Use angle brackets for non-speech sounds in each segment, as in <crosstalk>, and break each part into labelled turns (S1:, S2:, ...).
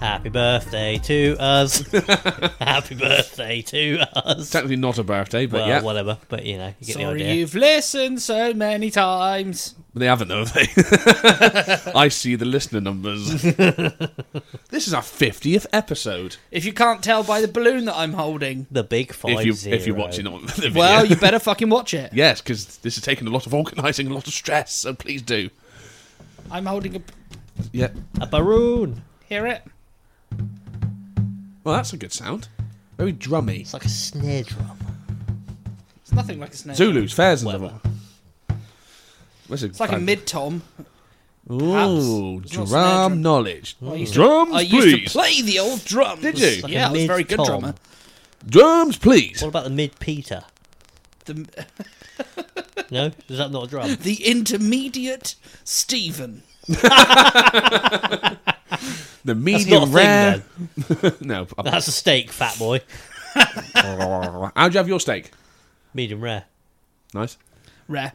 S1: Happy birthday to
S2: <laughs>
S1: us. Happy birthday to us.
S2: Technically not a birthday, but
S1: well,
S2: yeah.
S1: whatever. But you know, you get the
S3: Sorry,
S1: idea.
S3: you've listened so many times.
S2: They haven't, though, have they? <laughs> I see the listener
S3: <laughs>
S2: numbers. this is our 50th episode.
S3: If you can't tell by the balloon that I'm holding,
S1: The big five
S2: if, you,
S1: zero.
S2: if you're watching on the video.
S3: well, you
S2: <laughs>
S3: better fucking watch it.
S2: Yes, because this is taking a lot of organising, a lot of stress, so please do.
S3: I'm holding a.
S2: Yeah.
S1: a baroon.
S3: Hear it?
S2: Well, that's a good sound. Very drummy.
S1: It's like a snare drum.
S3: It's nothing like a snare.
S2: Zulus, fairs and
S1: Whatever.
S2: level. What's it?
S3: It's like a mid tom.
S2: Ooh,
S3: It's not a snare
S2: drum
S3: drum.
S2: knowledge.
S3: I used to-
S2: Drums,
S3: I used to
S2: please.
S3: play the old drums.
S2: Did you? Like
S1: a
S3: yeah, I was a very good
S1: mid-tom.
S3: drummer.
S2: Drums, please.
S1: What about the mid Peter?
S3: The,
S1: No, is that not a
S2: <laughs>
S1: drum?
S3: the intermediate Stephen.
S2: The
S1: That's
S2: medium
S1: not a thing,
S2: rare.
S1: then.
S2: no.
S1: That's a steak, fat boy.
S3: <laughs>
S2: How'd you have your steak?
S1: Medium rare.
S2: Nice.
S3: Rare.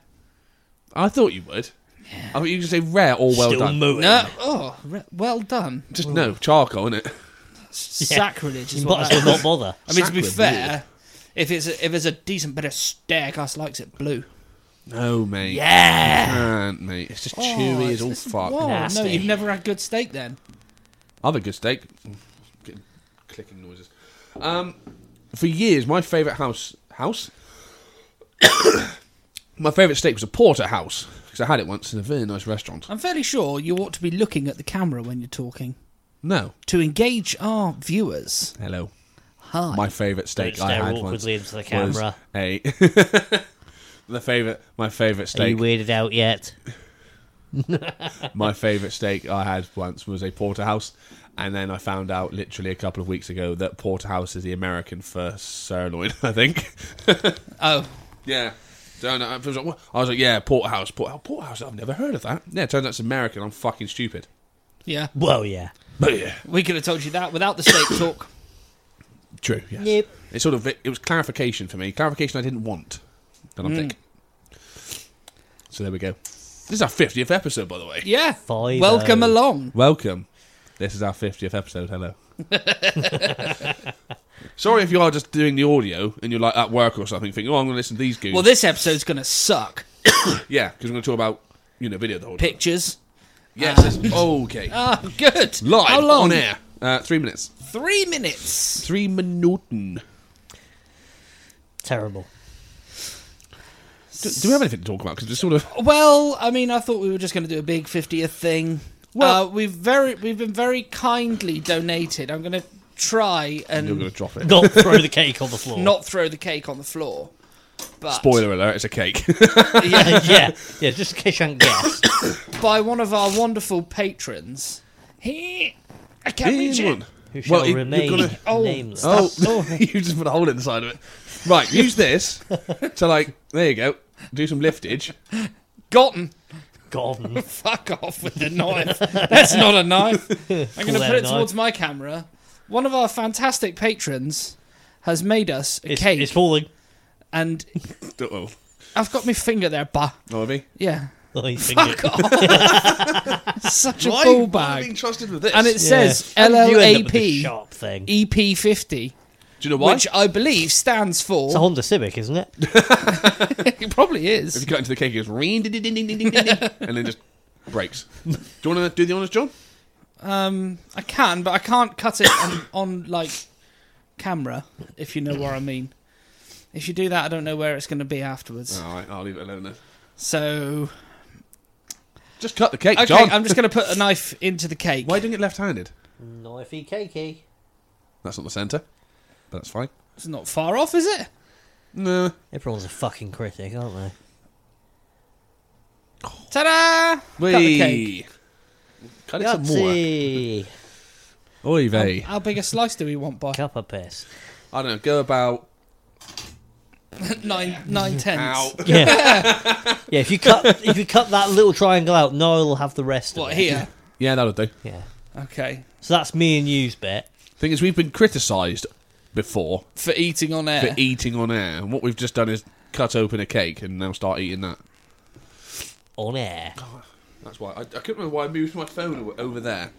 S2: I thought you would. I thought you were going to say rare or well
S1: Still
S2: done.
S1: mooing.
S3: No. Oh, re-
S2: <laughs>
S3: well done.
S2: Just no charcoal in it.
S3: Sacrilege is
S1: You
S3: what
S1: might
S3: that
S1: as
S3: is.
S1: well not
S2: <laughs>
S1: bother.
S3: I mean, to be
S2: Sacrilege.
S3: fair, if it's a, if it's a decent bit of steak, us likes it blue.
S2: No, mate.
S3: Yeah.
S2: Can't, mate. It's just chewy as all fuck.
S3: Oh, Whoa,
S1: Nasty.
S3: No, you've never had good steak then.
S2: Other good steak. Getting clicking noises. Um, for years, my favourite house house. <coughs> my favourite steak was a porterhouse because I had it once in a very nice restaurant.
S3: I'm fairly sure you ought to be looking at the camera when you're talking
S2: No.
S3: to engage our viewers.
S2: Hello.
S3: Hi.
S2: My favourite
S1: Don't
S2: steak I
S1: stare
S2: had once
S1: awkwardly into the
S2: was
S1: camera.
S2: a. <laughs> the favourite, my favourite
S1: Are you
S2: steak,
S1: weirded out yet?
S2: my favourite steak I had once was a porterhouse, and then I found out literally a couple of weeks ago that porterhouse is the American for sirloin. <laughs> I think.
S3: oh,
S2: Yeah. Turn out, I was like, what? I was like, yeah, porterhouse, porterhouse, porterhouse. I've never heard of that. Yeah, turns out it's American. I'm fucking stupid.
S3: yeah.
S1: Well, yeah.
S2: But yeah,
S3: We could have told you that without the
S2: <coughs>
S3: steak talk.
S2: true. Yes.
S1: Yep.
S2: It sort of it was clarification for me. Clarification I didn't want. That I'm thinking. So there we go. This is our 50th episode, by the way.
S3: Yeah.
S1: Five-o.
S3: Welcome along.
S2: Welcome. This is our 50th episode. Hello. <laughs> Sorry if you are just doing the audio and you're like at work or something, thinking, "Oh, I'm going to listen to these goons."
S3: Well, this episode's going to suck.
S2: yeah, because we're going to talk about you know video the whole time.
S3: Pictures.
S2: Yes.
S3: <laughs>
S2: it's- okay.
S3: Ah, good.
S2: Live
S3: How long?
S2: on air. Uh, three minutes.
S3: Three minutes.
S2: Three minuten.
S1: Terrible.
S2: Do, do we have anything to talk about? Because it's sort of
S3: Well, I mean, I thought we were just going to do a big 50th thing. Well,
S2: Well-
S3: uh, we've very we've been very kindly donated. I'm going to try
S2: you're
S3: and
S2: going to drop it.
S1: Not throw the cake on the floor. <laughs>
S3: not throw the cake on the floor. But
S2: Spoiler alert: It's a cake.
S3: yeah,
S1: Uh, yeah, yeah. Just in case you haven't guessed.
S2: <coughs>
S3: by one of our wonderful patrons. He, I
S2: <laughs>
S3: can't reach it.
S2: Anyone?
S1: Who shall
S2: you- you're
S1: remain
S2: gonna-
S3: Oh.
S1: nameless?
S2: Oh, <laughs> you just put a hole inside of it. Right, use
S3: <laughs>
S2: this to like. There you go. Do some liftage.
S3: Gotten.
S2: Oh. <laughs>
S1: Gone.
S3: Fuck off with the knife. That's not
S1: <laughs>
S3: a knife. I'm going to
S1: that
S3: put
S1: a
S3: it
S1: knife.
S3: towards my camera. One of our fantastic patrons has made us a
S1: It's,
S3: cake,
S1: it's falling.
S3: and
S2: Oh,
S3: I've got my finger there, bah.
S2: oh, have you?
S3: Yeah.
S1: <laughs> Oh, you think
S3: Fuck
S1: it-
S3: off. Such a
S2: Why- why
S3: ball
S2: are you
S3: bag.
S2: being trusted with this?
S3: And it
S1: Yeah.
S3: says
S1: How did you end up with the
S3: LLAP
S1: sharp thing.
S3: EP50,
S2: Do you know why?
S3: E which I believe stands
S1: It's a
S3: for.
S1: Honda Civic, isn't it?
S3: <laughs> It probably
S2: If
S3: is.
S2: you cut into the cake, it goes ring, ding, ding, ding, ding, ding, ding,
S3: <laughs>
S2: ding, and then just breaks. Do you want to do the honors, John?
S3: Um, I can, but I can't cut it on, <coughs> on like camera, if you know what I mean. If you do that, I don't know where it's going to be afterwards.
S2: All right, I'll leave it alone then.
S3: So,
S2: Just cut the cake,
S3: okay,
S2: John.
S3: I'm just going to put a knife into the cake.
S2: Why doing it left-handed?
S3: Mm,
S1: Knifey cakey.
S2: That's not the centre, but that's fine.
S3: It's not far off, is it?
S2: No.
S1: Everyone's a fucking critic, aren't they?
S3: Ta-da! Cut the
S2: Wee.
S3: cake.
S2: Cut it some more.
S1: Yahtzee.
S2: Oy vey.
S3: How big a slice do we want, by?
S1: Cup of piss.
S2: I don't know. Go about
S3: <laughs> nine,
S2: <laughs>
S3: nine tenths.
S2: out.
S1: Yeah.
S3: <laughs>
S1: yeah, if you cut if you cut that little triangle out, Noel will have the rest of
S3: What
S1: it.
S3: here?
S2: Yeah, that'll do.
S1: Yeah.
S3: Okay,
S1: So that's me and you's bit.
S2: Thing is, we've been criticised before
S3: for eating on air.
S2: for e- eating on air, and what we've just done is cut open a cake and now start eating that.
S1: On air.
S2: That's why I, I couldn't remember why I moved my phone o- over there.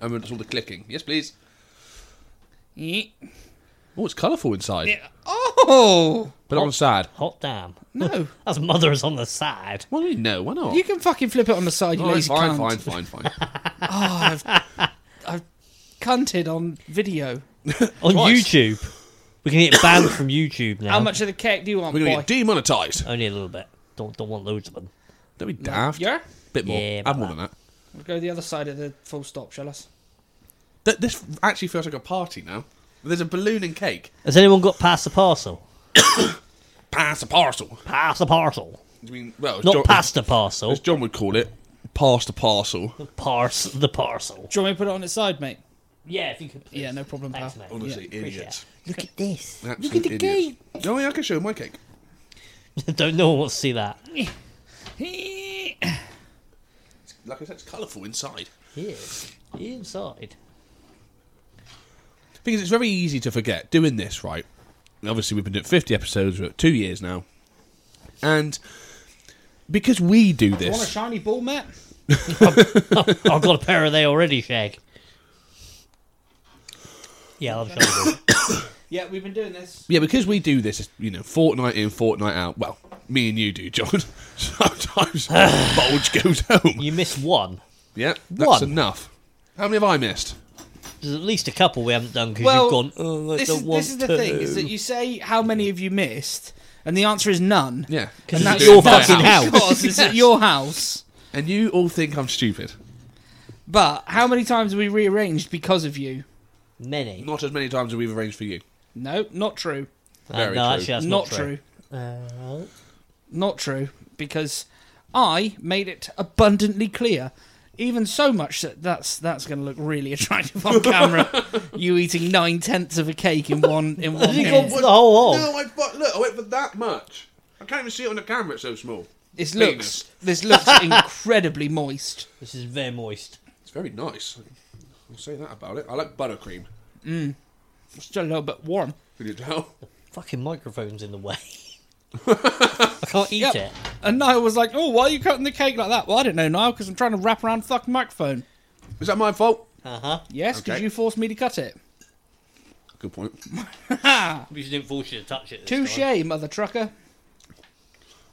S2: I remember it's all the clicking. Yes, please.
S3: Yeah.
S2: Oh, it's colourful inside,
S3: Oh
S2: but I'm sad.
S1: Hot damn.
S2: <laughs>
S3: no!
S1: That's mother's on the side.
S2: Well, you know, why not?
S3: You can fucking flip it on the side, you
S2: Oh,
S3: lazy
S2: fine,
S3: cunt.
S2: fine, fine, fine,
S3: Oh, I've, I've cunted on video.
S1: On
S2: Twice.
S1: YouTube. We <coughs> can get banned from YouTube now.
S3: How much of the cake do you want,
S2: We're gonna
S3: <laughs> boy?
S2: get demonetised.
S1: Only a little bit. Don't don't want loads of them.
S2: Don't be daft.
S3: yeah,
S2: Bit more.
S1: Yeah,
S2: Have more than that.
S3: we'll go the other side of the full stop, shall us?
S2: Th- this actually feels like a party now. There's a balloon and cake.
S1: Has anyone got past the parcel?
S2: Pass a parcel.
S1: Pass the parcel.
S2: I mean, well, as
S1: Not
S2: John,
S1: past the parcel.
S2: As John would call it, pass the parcel.
S1: Parse the parcel.
S3: Do you want me to put it on its side, mate?
S1: Yeah, if you could.
S3: Yeah, no problem, pal.
S1: Thanks, mate.
S2: Honestly,
S1: Appreciate
S2: idiots.
S1: it. Look at this.
S2: Look at the cake. Oh, yeah, I can show my cake.
S1: <laughs> Don't no one wants to see that.
S2: Like I said, it's colourful inside.
S1: Here, inside.
S2: Thing is, it's very easy to forget doing this, right? Obviously, we've been doing 50 episodes, we're at two years now. And because we do
S3: Want a
S2: this,
S3: shiny ball, Matt?
S1: <laughs> I've got a pair of they already, Shag. Yeah, I'll have a shoulder.
S3: <laughs> Yeah, we've been doing this.
S2: yeah, because we do this, you know, fortnight in, fortnight out. Well, me and you do, John. <laughs> Sometimes Bulge goes home.
S1: You miss one.
S2: Yeah,
S1: One.
S2: that's enough. How many have I missed?
S1: There's at least a couple we haven't done because
S3: Well,
S1: you've gone. Oh, I
S3: This
S1: don't
S3: is,
S1: want
S3: this is the
S1: to.
S3: thing: is that you say how many have you missed, and the answer is none.
S2: Yeah.
S1: Because
S3: And
S1: it's
S3: that's
S1: your
S2: that's
S1: fucking
S2: how
S1: house.
S3: Because it's at your house.
S2: And you all think I'm stupid.
S3: But how many times have we rearranged because of you?
S1: Many.
S2: Not as many times as we've arranged for you.
S3: No, not true.
S1: Uh,
S2: Very
S1: no,
S2: true.
S1: actually, that's
S3: not
S1: not,
S3: true.
S1: <laughs> Uh,
S3: Not true. Because I made it abundantly clear. Even so much that that's that's going to look really attractive on camera. you eating nine tenths of a cake in one in one.
S1: you
S3: hit.
S1: gone for the whole hog?
S2: No, I fu- look. I went for that much. I can't even see it on the camera. It's so small.
S3: This
S2: Penis.
S3: looks this looks incredibly moist.
S1: This is very moist.
S2: It's very nice. I'll say that about it. I like buttercream.
S3: It's still a little bit warm.
S2: Can you tell?
S1: Fucking microphone's in the
S2: <laughs>
S1: way. I can't eat
S3: Yep.
S1: it.
S3: And Niall was like, "Oh, why are you cutting the cake like that?" Well, I don't know, Niall, because I'm trying to wrap around the fucking microphone.
S2: Is that my fault?
S1: Uh huh.
S3: Yes, because
S2: Okay.
S3: you forced me to cut it.
S2: Good point.
S1: We just didn't force you to touch it. this time.
S3: Touche, mother trucker.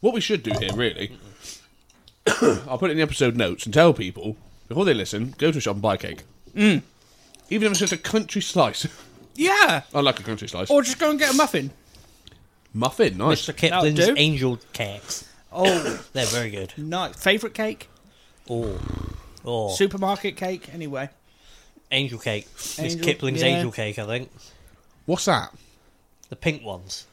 S2: What we should do here, really, <coughs> I'll put it in the episode notes and tell people before they listen, go to a shop and buy cake.
S1: Mm.
S2: Even if it's just a country slice. <laughs>
S3: Yeah,
S2: I like a country slice.
S3: or just go and get a muffin.
S2: Muffin, nice.
S1: Mr. Kipling's
S3: do.
S1: angel cakes.
S3: Oh,
S1: They're very good.
S3: nice. Favorite cake?
S1: Oh, oh,
S3: Supermarket cake, anyway.
S1: angel cake. it's
S3: Angel-
S1: Kipling's
S3: yeah.
S1: angel cake, I think.
S2: What's that?
S1: The pink ones.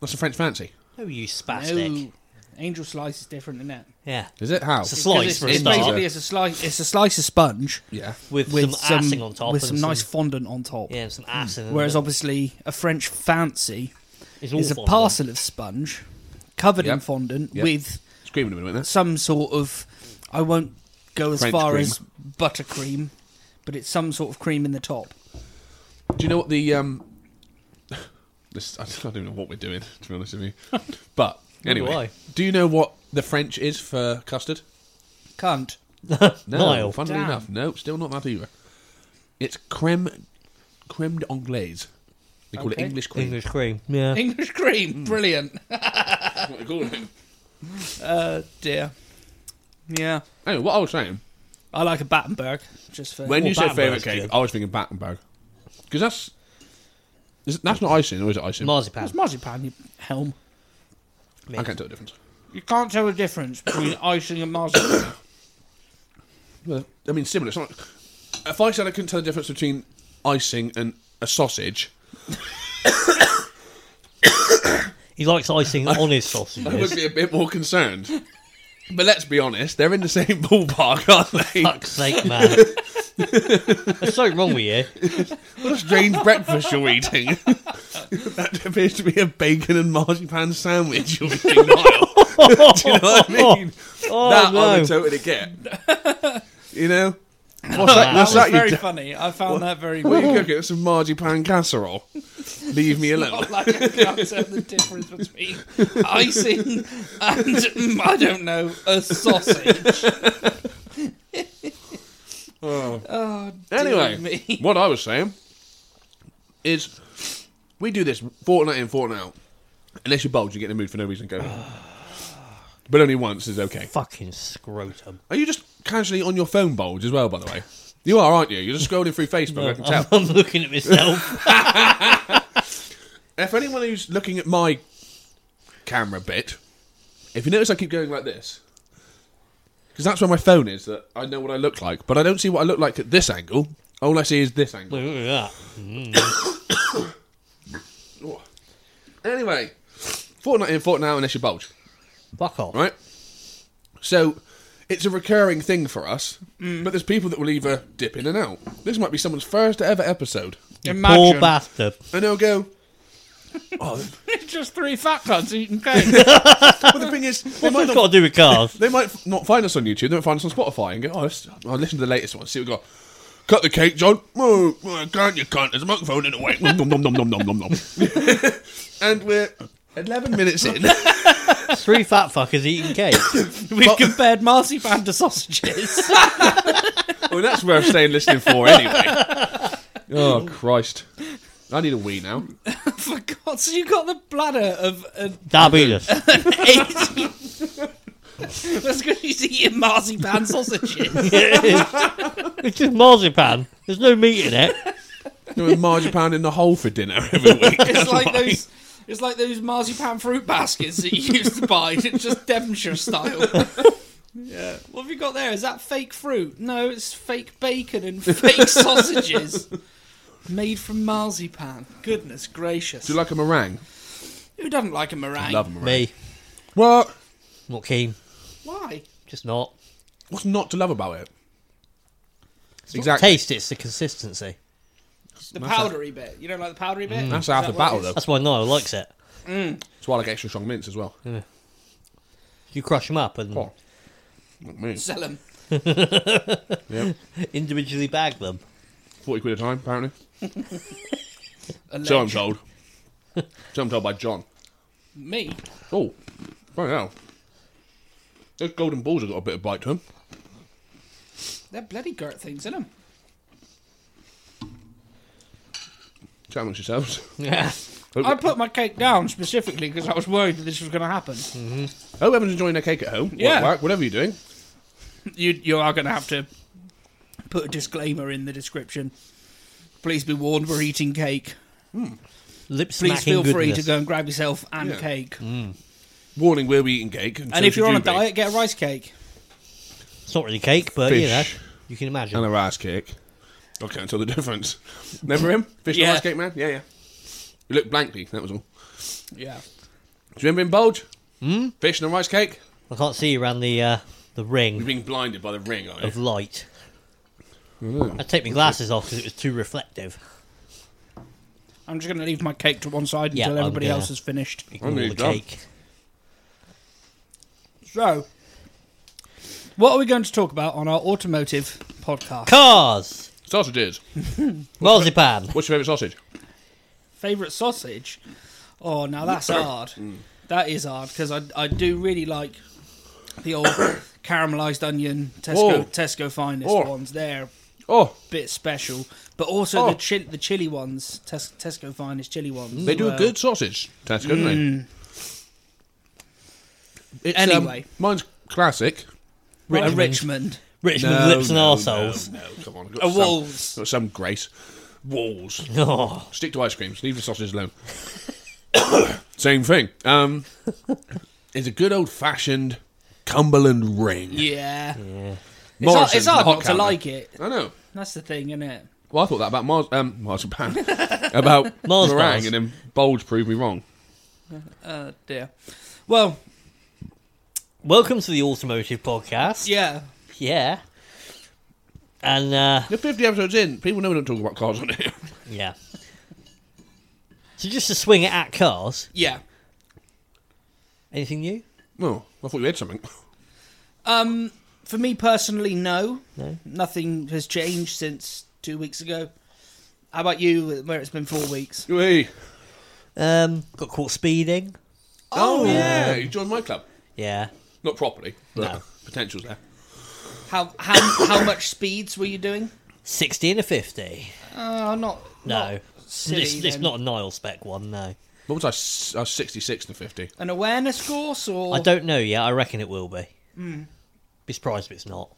S2: That's a French fancy.
S1: Oh, you spastic.
S3: No, angel slice is different than that.
S1: Yeah,
S2: Is it? How?
S1: it's a
S3: 'Cause
S1: slice
S3: it's,
S1: for a
S3: it's
S1: start,
S3: basically it's a slice. It's a slice of sponge
S2: Yeah.
S1: with,
S3: with
S1: some
S3: some,
S1: assing on top,
S3: with
S1: and
S3: some nice fondant on top.
S1: yeah, and some assing. and
S3: Whereas
S1: a-
S3: obviously a French fancy
S1: it's,
S3: is a
S1: awful on them.
S3: parcel of sponge covered in
S2: Yep.
S3: fondant
S2: Yep.
S3: with
S2: Screaming a minute, isn't
S3: some sort of I won't go as
S2: French
S3: far
S2: cream.
S3: as buttercream, but it's some sort of cream in the top.
S2: it? Do you know what the um? <laughs> This I don't even know what we're doing to be honest with <laughs> you. But anyway,
S1: I.
S2: do you know what the French is for custard?
S1: <laughs>
S3: Cunt.
S2: No,
S1: Niall.
S2: funnily
S3: Damn.
S2: enough, no, still not that either. It's creme creme d'anglaise. They call
S3: Okay.
S2: it English cream.
S1: English cream. Yeah.
S3: English
S1: Hmm.
S3: cream. Brilliant. <laughs>
S2: That's what they call it.
S3: Uh dear. Yeah.
S2: <laughs> Anyway, what I was saying
S3: I like a Battenberg, just for
S2: when
S1: Well,
S2: you said
S1: Battenberg's
S2: favourite cake,
S1: good.
S2: I was thinking Battenberg because that's is- that's not icing, or is it icing?
S1: Marzipan.
S3: it's marzipan, you helm.
S2: I can't tell the difference.
S3: You can't tell the
S2: <coughs>
S3: difference between icing
S2: <laughs>
S3: and marzipan.
S2: Well, I mean, similar. It's not. If I said I couldn't tell the difference between icing and a sausage,
S1: He likes
S3: <laughs>
S1: icing on his
S2: I would
S1: sausages.
S2: be a bit more concerned. But let's be honest, they're in the same <laughs> ballpark, aren't they?
S1: Fuck's sake,
S3: <laughs>
S1: man. There's something wrong with you.
S2: What a strange breakfast you're eating. <laughs> that appears to be a bacon and marzipan sandwich you're <laughs> eating, Niall. Do you know what I mean?
S1: <laughs> Oh,
S2: that I
S1: no.
S2: would totally get. You know? What's <laughs> that?
S3: That
S2: What's
S3: was
S2: that
S3: very
S2: you do?
S3: funny. I found that very
S2: What are you <laughs>
S3: weird.
S2: cooking? Some marzipan casserole. Leave me alone.
S3: like <laughs> I can't tell the difference between icing and mm, <laughs> I don't know a sausage.
S2: Oh.
S3: Oh, dear
S2: Anyway,
S3: me. <laughs>
S2: what I was saying is we do this fortnight in, fortnight out. Unless you're bold, you get in the mood for no reason, go. <sighs> but only once is okay.
S1: Fucking scrotum.
S2: Are you just casually on your phone bulge as well, by the way? You are, aren't you? You're just scrolling through Facebook, I can
S1: I'm,
S2: tell.
S1: <laughs> I'm looking at myself. <laughs>
S2: if anyone who's looking at my camera bit, if you notice I keep going like this, because that's where my phone is, that I know what I look like, but I don't see what I look like at this angle. All I see is this angle.
S1: Look at that.
S2: Anyway, Fortnite in, Fortnite out, unless you bulge.
S1: Fuck off.
S2: right? So it's a recurring thing for us, but there's people that will either dip in and out. This might be someone's first ever episode,
S1: Poor
S3: Imagine.
S1: bastard.
S2: and they'll go. "Oh,
S3: just three fat cunts eating cake.
S2: But the thing is, they might
S1: What's that
S2: not.
S1: got to do with cars?
S2: They might f- not find us on YouTube. They might find us on Spotify and go, "Oh, let's, I'll listen to the latest one. See what we got." Cut the cake, John. Oh, oh, can't you cunt? There's a microphone in the way. Nom nom nom nom nom nom nom nom. and we're eleven minutes in.
S1: <laughs>
S2: <laughs>
S1: Three fat fuckers eating cake.
S3: <laughs> We've compared marzipan to <laughs> sausages.
S2: well, that's worth staying listening for anyway. Oh Christ! I need a wee now.
S3: For God, so you got the bladder of an
S1: <laughs> <laughs> Diabetes.
S3: eighty. <laughs> That's because he's eating marzipan sausages.
S1: it's just marzipan. There's no meat in it.
S2: Doing marzipan in the hole for dinner every week.
S3: It's like those. It's like those marzipan fruit baskets that you used to buy, <laughs> it's just
S2: <laughs>
S3: Devonshire style. Yeah. What have you got there? Is that fake fruit? No, it's fake bacon
S2: <laughs>
S3: and fake sausages made from marzipan. Goodness
S2: <laughs>
S3: gracious!
S2: Do you like a meringue?
S3: Who doesn't like a meringue?
S2: Love a meringue.
S1: Me.
S2: What?
S1: Not keen.
S3: Why?
S1: Just not.
S2: What's not to love about it?
S1: Taste, it's the consistency.
S3: The powdery bit. You don't like the powdery bit?
S2: Mm. That's
S3: Is
S2: half
S3: that
S2: the
S3: what
S2: battle,
S3: it
S2: though.
S3: is?
S1: That's why Niall likes it.
S2: That's why I like extra strong mints as well.
S1: Mm. You crush them up and
S2: Oh. Not me.
S3: Sell 'em.
S2: Yep.
S1: individually bag them.
S2: Forty quid a time, apparently.
S3: Alleged.
S2: So
S1: <laughs>
S2: I'm told. So I'm told by John.
S3: Me?
S2: Oh, right now. Those golden balls have got a bit of bite to them.
S3: They're bloody girt things in them.
S2: Challenge yourselves.
S1: Yeah.
S2: Hope,
S3: I put my cake down specifically because I was worried that this was going to happen.
S2: hope everyone's enjoying their cake at home. Yeah.
S3: Yeah.
S2: Work, work, whatever you're doing.
S3: You you are going to have to put a disclaimer in the description. Please be warned, we're eating cake.
S1: <laughs> Lip
S3: Please
S1: smacking
S3: feel
S1: goodness. Mm,
S3: free to go and grab yourself and
S2: Yeah.
S3: cake.
S2: Warning: We'll be eating cake. so
S3: And if
S2: should
S3: you're on
S2: you
S3: a
S2: be.
S3: diet, get a rice cake.
S1: It's not really cake, but you know,
S2: Fish.
S1: you can imagine.
S2: and a rice cake. I can't tell the difference. Remember him? Fish and
S3: Yeah.
S2: rice cake man? Yeah, yeah. You looked blankly, that was all.
S3: Yeah.
S2: Do you remember him, Bulge?
S3: Hmm?
S2: Mm? Fish and a rice cake?
S1: I can't see around the uh, the
S2: You're
S1: ring
S2: being blinded by the ring, are
S1: of
S2: you?
S1: light.
S3: Mm.
S1: I take my glasses off because it was too reflective.
S3: I'm just going to leave my cake to one side
S1: Yeah,
S3: until
S1: I'm
S3: everybody
S1: gonna-
S3: else is finished.
S1: Ignore
S2: nearly
S1: the
S2: done.
S1: cake.
S3: So, what are we going to talk about on our automotive podcast?
S1: Cars.
S2: Sausages.
S1: Marzipan.
S2: What's your favourite sausage?
S3: Favorite sausage? Oh, now that's hard. That is hard because I, I do really like the old <coughs> caramelized onion Tesco
S2: Oh.
S3: Tesco finest
S2: Oh.
S3: ones. They're a
S2: Oh,
S3: bit special, but also
S2: Oh.
S3: the chi- the chili ones Tes- Tesco finest chili ones. uh,
S2: they do
S3: were-
S2: a good sausage. That's good, don't they? It's, um,
S3: Anyway.
S2: mine's classic.
S3: a
S1: Richmond.
S3: Richmond
S1: Richmond
S2: No,
S1: lips and
S2: no,
S1: arseholes.
S2: No, no, come on. I've got
S3: a
S2: some-
S3: Wolves.
S2: Got some grace. Walls.
S1: <laughs> Oh,
S2: Stick to ice creams. Leave the sausages alone. <coughs> Same thing. Um, it's a good old fashioned Cumberland ring.
S3: Yeah, it's hard,
S2: Morrison's
S3: it's hard
S2: hot
S3: not to
S2: counter.
S3: like it.
S2: I know.
S3: That's the thing, isn't it?
S2: Well, I thought that about Mars, um,
S1: <laughs>
S2: marzipan, about
S1: Mars
S2: meringue,
S1: bars.
S2: and then Bulge proved me wrong.
S3: Uh, dear. Well,
S1: welcome to the automotive podcast.
S3: yeah.
S1: Yeah. And uh,
S2: You're 50 episodes in. People know we don't talk about cars on <laughs> here.
S1: yeah. So just to swing it at cars.
S3: Yeah.
S1: Anything new?
S2: Oh, I thought you had something. <laughs>
S3: Um, for me personally, no.
S1: No.
S3: Nothing has changed since two weeks ago. How about you? Where it's been four weeks?
S2: Hey.
S1: Um, got caught speeding.
S2: Oh, yeah. You joined my club.
S1: Yeah.
S2: Not properly, but
S1: No.
S2: potential's there. <coughs>
S3: How how how much speeds were you doing?
S1: 60 and a 50.
S3: Uh, not
S1: No.
S3: silly
S1: it's, it's
S3: then.
S1: not a Nile spec one, no.
S2: What was I? s- I was 66 and 50.
S3: an awareness course or
S1: I don't know yet. I reckon it will be. Be surprised if it's not.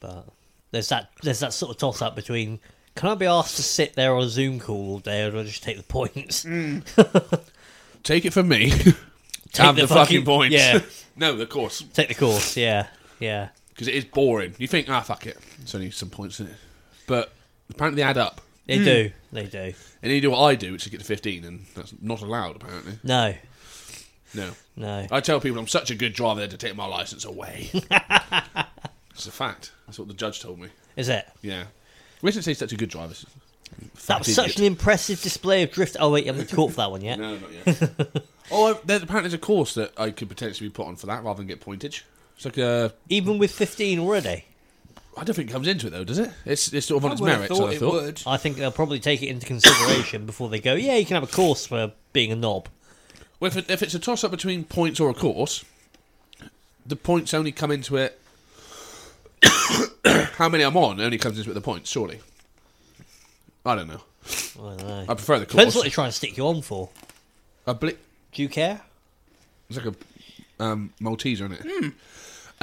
S1: But there's that there's that sort of toss up between can I be asked to sit there on a Zoom call all day or do I just take the points?
S2: Take it from me.
S1: <laughs> Take
S2: Have the, fucking, points.
S1: Yeah.
S2: <laughs> no, of course.
S1: Take the course. Yeah. Yeah.
S2: Because it is boring. You think, ah, fuck it. It's only some points in it. But apparently they add up.
S1: They do. They do.
S2: And you do what I do, which is get to 15, and that's not allowed, apparently.
S1: No.
S2: No.
S1: No.
S2: I tell people I'm such a good driver, they had to take my license <laughs> away. it's a fact. That's what the judge told me.
S1: Is it?
S2: Yeah. We didn't say such a good driver.
S1: That was
S2: Fat
S1: such
S2: idiot.
S1: an impressive display of drift. Oh wait, you haven't caught for that one yet.
S2: No, not yet.
S3: <laughs>
S2: oh, I, there's, apparently there's a course that I could potentially be put on for that rather than get pointage. It's like a.
S1: Even with 15 already,
S2: I don't think it comes into it though, does it? It's, it's sort of on
S3: I
S2: its
S3: would have
S2: merits.
S3: thought
S2: I
S3: it
S2: thought.
S3: would.
S1: I think they'll probably take it into consideration before they go. Yeah, you can have a course for being a knob.
S2: Well, if, it, if it's a toss up between points or a course, the points only come into it. <coughs> how many I'm on only comes into it the points, surely. I don't know.
S1: I don't know.
S2: I prefer the
S1: Depends
S2: course.
S1: what they're trying to stick you on for.
S2: I believe
S1: Do you care?
S2: it's like a um, Maltese, isn't it?
S1: Hmm.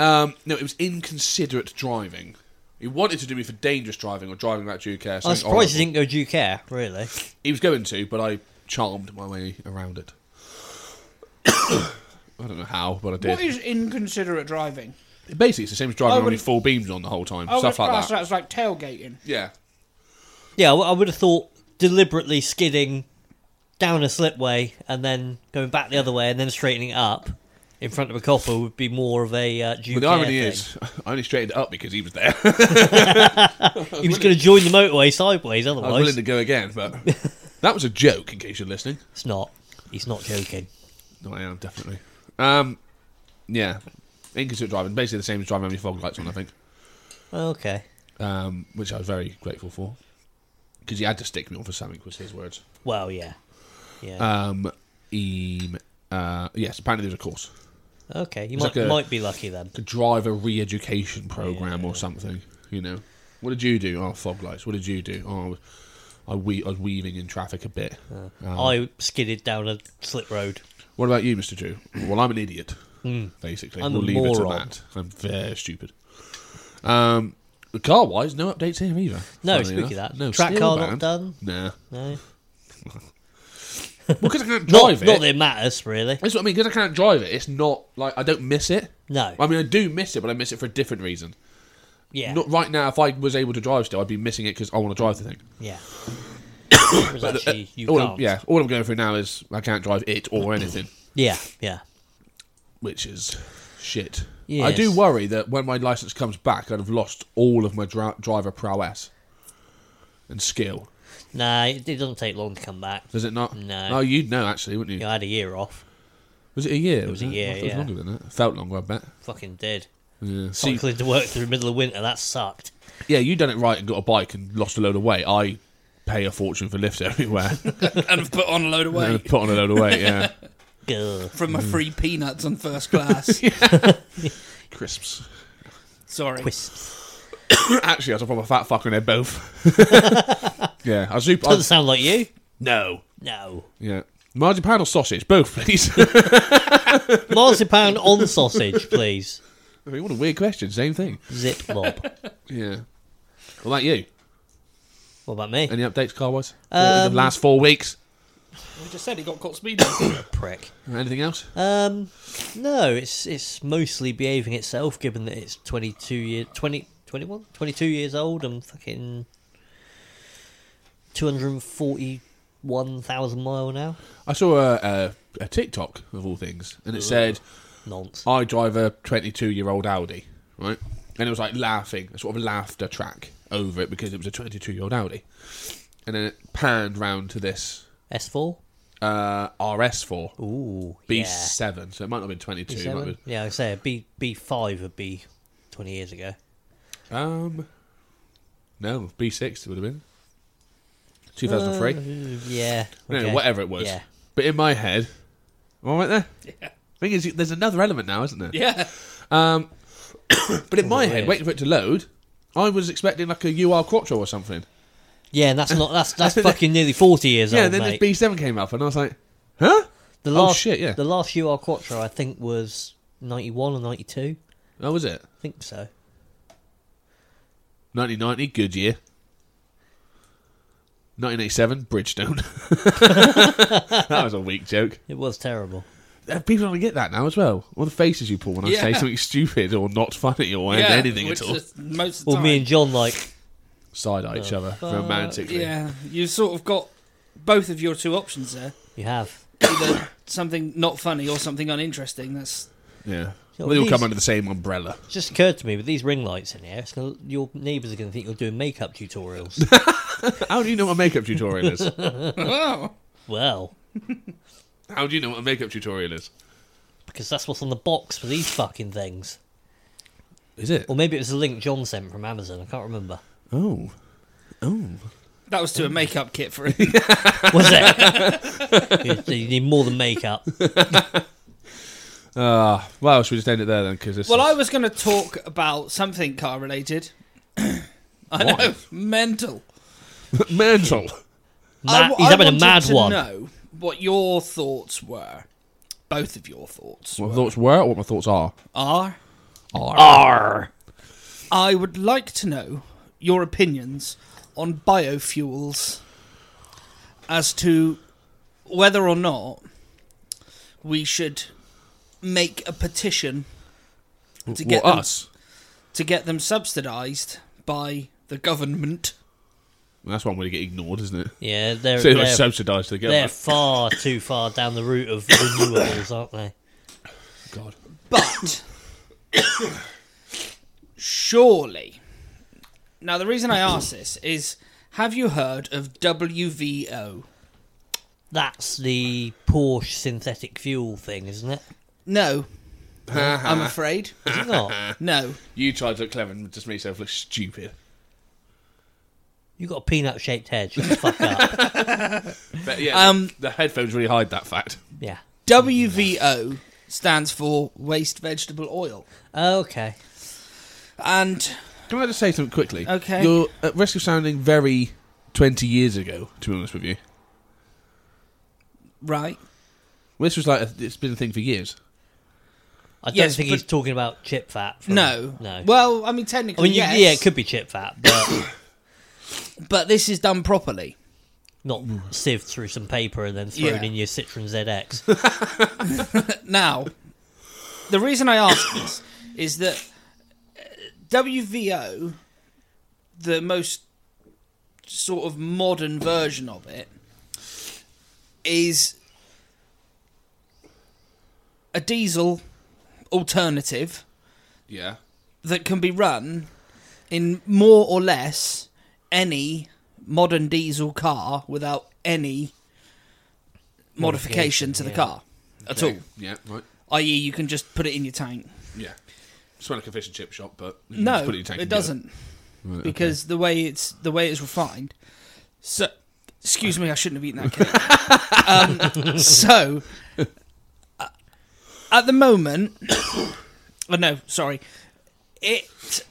S2: Um, no, it was inconsiderate driving. He wanted to do me for dangerous driving or driving without due care.
S1: I'm
S2: something
S1: surprised
S2: horrible.
S1: you didn't go. Do you care? Really?
S2: He was going to, but I charmed my way around it. <coughs> I don't know how, but I did.
S3: What is inconsiderate driving?
S2: Basically, it's the same as driving
S3: I
S2: around
S3: would-
S2: with full beams on the whole time,
S3: I
S2: stuff
S3: would
S2: like
S3: class
S2: that.
S3: that as Oh, like tailgating.
S2: Yeah,
S1: Yeah, I w- I would have thought deliberately skidding down a slipway and then going back the other way and then straightening it up in front of a copper would be more of a uh, do you
S2: but the
S1: care
S2: irony
S1: thing.
S2: is, <laughs> I only straightened it up because he was there.
S1: he was going to join the motorway sideways.
S2: I was willing
S1: Otherwise,
S2: to go again, but <laughs> that was a joke. In case you're listening,
S1: it's not. He's not joking.
S2: no, I am definitely. Um, yeah, inconsiderate driving, basically the same as driving having your fog lights on. I think,
S1: Okay.
S2: um, which I was very grateful for because he had to stick me on for something. Was his words.
S1: Well, yeah. Yeah.
S2: Um, em- uh, yes, apparently there's a course,
S1: okay. You
S2: it's
S1: might
S2: like a-
S1: might be lucky then.
S2: a driver re-education program or something. You know, what did you do? Oh, fog lights. What did you do? Oh, I was, I, we- I was weaving in traffic a bit. Um,
S1: I skidded down a slip road.
S2: What about you, Mr. Drew? Well, I'm an idiot, basically.
S1: Hmm. I'm
S2: we'll
S1: a
S2: leave
S1: moron.
S2: it at that. I'm very stupid. Um, car wise, no updates here either.
S1: No,
S2: funnily
S1: spooky
S2: enough.
S1: that.
S2: No,
S1: Track
S2: steel
S1: car not
S2: band.
S1: done?
S2: Nah. <laughs>
S1: No.
S2: Well, because I can't
S1: Not,
S2: drive it.
S1: not that it matters really.
S2: That's what I mean. Because I can't drive it, it's not like I don't miss it.
S1: No.
S2: I mean, I do miss it, but I miss it for a different reason.
S1: Yeah.
S2: Not right now. If I was able to drive still, I'd be missing it because I want to drive the thing. <coughs>
S1: Yeah. Whereas actually, you
S2: all I'm-
S1: can't.
S2: uh, oh, yeah, all I'm going through now is I can't drive it
S1: <clears throat>
S2: or anything,
S1: Yeah. Yeah.
S2: which is shit. I
S1: Yes.
S2: do worry that when my license comes back, I'd have lost all of my dri- driver prowess and skill.
S1: Nah, it it doesn't take long to come back.
S2: Does it not?
S1: No.
S2: Oh, you'd know actually, wouldn't you?
S1: You know, I had a year off.
S2: Was it a year? It
S1: was a year,
S2: It I thought
S1: yeah.
S2: it was longer than that. Felt longer, I bet.
S1: Fucking did.
S2: Yeah. See,
S1: Cycling to work through the middle of winter. That sucked.
S2: yeah, you done it right and got a bike and lost a load of weight. I pay a fortune for lifts <laughs> everywhere
S3: <laughs>
S1: <laughs>
S3: and have put on a load of
S2: and
S3: <laughs> weight
S2: put on a load of weight. Yeah.
S1: Gah.
S3: from my free peanuts on first <laughs> class.
S2: Crisps.
S3: Sorry.
S1: Crisps.
S2: Actually, I was a proper fat fucker and they're <laughs> both. yeah, I was super. I
S1: Doesn't
S2: was,
S1: sound like you.
S2: no.
S1: No.
S2: Yeah. Marzipan or sausage? Both, please. <laughs>
S1: Marzipan on sausage, please.
S2: I mean, what a weird question. Same thing.
S1: Zip lob.
S2: Yeah. What about you?
S1: What about me?
S2: Any updates car wise? in the last four weeks?
S3: We just said he got caught <coughs> speeding.
S1: Prick.
S2: Anything else?
S1: Um, no, it's it's mostly behaving itself, given that it's 22 year 20, 21? 22 years old and fucking 241,000 mile now.
S2: I saw a, a, a TikTok of all things, and it said,
S1: Nonce.
S2: "I drive a 22 year old Audi," right? And it was like laughing, a sort of laughter track over it because it was a 22 year old Audi, and then it panned round to this
S1: S4?
S2: uh, RS4
S1: Ooh. yeah.
S2: B7, so it might not have been 22. It might have been,
S1: Yeah, I say B B five would be twenty years ago.
S2: Um, no, B6 it would have been. 2003.
S1: Yeah.
S2: no,
S1: Uh, okay.
S2: whatever it was.
S1: Yeah.
S2: But in my head, am I right there? Yeah. Thing is, there's another element now, isn't there?
S3: yeah.
S2: Um, <coughs> but in my head,
S1: Oh, weird.
S2: waiting for it to load, I was expecting like a UR Quattro or something.
S1: Yeah, and that's not that's
S2: <laughs>
S1: that's fucking nearly forty years
S2: yeah,
S1: old,
S2: then
S1: Oh, mate.
S2: this B7 came up, and I was like, huh?
S1: the
S2: oh,
S1: last
S2: shit, yeah.
S1: the last UR Quattro I think was ninety one or ninety two.
S2: That was it.
S1: I think so.
S2: 1990, good year. 1987, Bridgestone. <laughs> that was a weak joke.
S1: It was terrible.
S2: Uh, People don't get that now as well. All the faces you pull when I
S3: Yeah.
S2: say something stupid or not funny or anything at
S3: which
S2: all.
S3: is Most of the
S1: Well,
S3: time.
S1: me and John like
S2: Side eye each other romantically.
S3: yeah, you've sort of got both of your two options there.
S1: you have.
S3: Either something not funny or something uninteresting. <laughs> That's
S2: Yeah.
S1: Yeah,
S2: they all
S1: these-
S2: come under the same
S3: <laughs>
S2: umbrella.
S1: It just occurred to me with these ring lights in here, it's gonna, your neighbours are going to think you're doing makeup tutorials.
S2: <laughs> How do you know what a makeup tutorial is?
S3: oh,
S1: well,
S2: How do you know what a makeup tutorial is?
S1: because that's what's on the box for these fucking things.
S2: Is it?
S1: Or maybe it was a link John sent from Amazon. I can't remember.
S2: Oh.
S3: that was to a makeup kit for it.
S1: Was it? <laughs> you, you need more than makeup.
S2: Uh, well, should we just end it there then? Because
S3: well, I was going to talk about something car related. <clears throat> I
S2: What?
S3: know, mental.
S2: <laughs> mental.
S1: Ma-
S3: I-
S1: he's
S3: I
S1: having a
S3: wanted
S1: mad
S3: to
S1: one.
S3: Know what your thoughts were, both of your thoughts
S2: What my thoughts were or what my thoughts are.
S3: are.
S2: Are.
S3: I would like to know your opinions on biofuels as to whether or not we should make a petition to get
S2: Well,
S3: them,
S2: us.
S3: to get them subsidized by the government.
S2: That's one way to get ignored, isn't it? <laughs>
S1: Yeah, they're
S2: So
S1: they're,
S2: they're subsidised to the
S1: they're
S2: government.
S1: far too far down the route of renewables, aren't they?
S2: God.
S3: But surely. Now, the reason I ask this is have you heard of WVO?
S1: That's the Porsche synthetic fuel thing, isn't it?
S3: No. I'm afraid.
S1: Is it not?
S3: No.
S2: You tried to look clever and just made yourself look stupid.
S1: You got a peanut shaped head. Shut the fuck up.
S2: But yeah,
S3: Um,
S2: the headphones really hide that fact.
S1: Yeah.
S3: WVO stands for waste vegetable oil.
S1: Oh, Okay.
S3: And
S2: Can I just say something quickly?
S3: Okay.
S2: You're at risk of sounding very 20 years ago, to be honest with you.
S3: right,
S2: Well, this was like, a, it's been a thing for years.
S1: I don't
S3: Yes,
S1: think
S3: but-
S1: he's talking about chip fat. From,
S3: no,
S1: No.
S3: Well, I mean
S1: I
S3: technically,
S1: mean, you,
S3: yes,
S1: yeah, it could be chip fat, but
S3: but this is done properly.
S1: not sieved through some paper and then thrown
S3: Yeah.
S1: in your Citroen
S3: <laughs>
S1: ZX.
S3: Now, the reason I ask this is that uh, WVO, the most sort of modern version of it, is a diesel alternative
S2: Yeah.
S3: that can be run in more or less any modern diesel car without any modification to the
S1: yeah.
S3: car at all.
S2: Yeah, right.
S3: I.e., E, you can just put it in your tank.
S2: Yeah. Smell like a fish and chip shop, but you can just
S3: No,
S2: put in your
S3: it,
S2: tank and do
S3: doesn't because the way it's the way it's refined. So, excuse me, I shouldn't have eaten that
S2: <laughs>
S3: cake. um, so, uh, at the moment, <coughs> oh no, sorry, it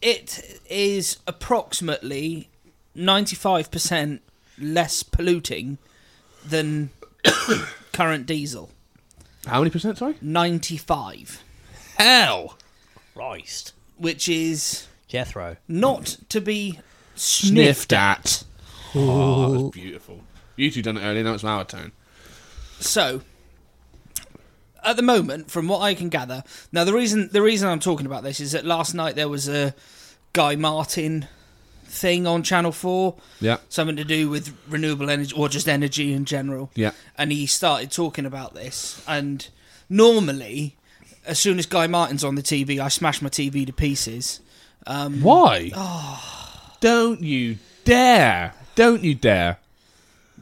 S3: it is approximately ninety five percent less polluting than <coughs> current diesel.
S2: How many percent? Sorry.
S3: Ninety five,
S2: Hell.
S1: Christ.
S3: which is
S1: Jethro.
S3: not to be sniffed
S2: Sniffed at. Oh, that's beautiful. You two done it earlier. Now it's our turn.
S3: So, at the moment, from what I can gather, now the reason the reason I'm talking about this is that last night there was a Guy Martin thing on Channel Four,
S2: Yeah.
S3: something to do with renewable energy or just energy in general.
S2: Yeah.
S3: and he started talking about this. And normally, as soon as Guy Martin's on the TV, I smash my TV to pieces.
S2: Why?
S3: Oh.
S2: Don't you dare! Don't you dare!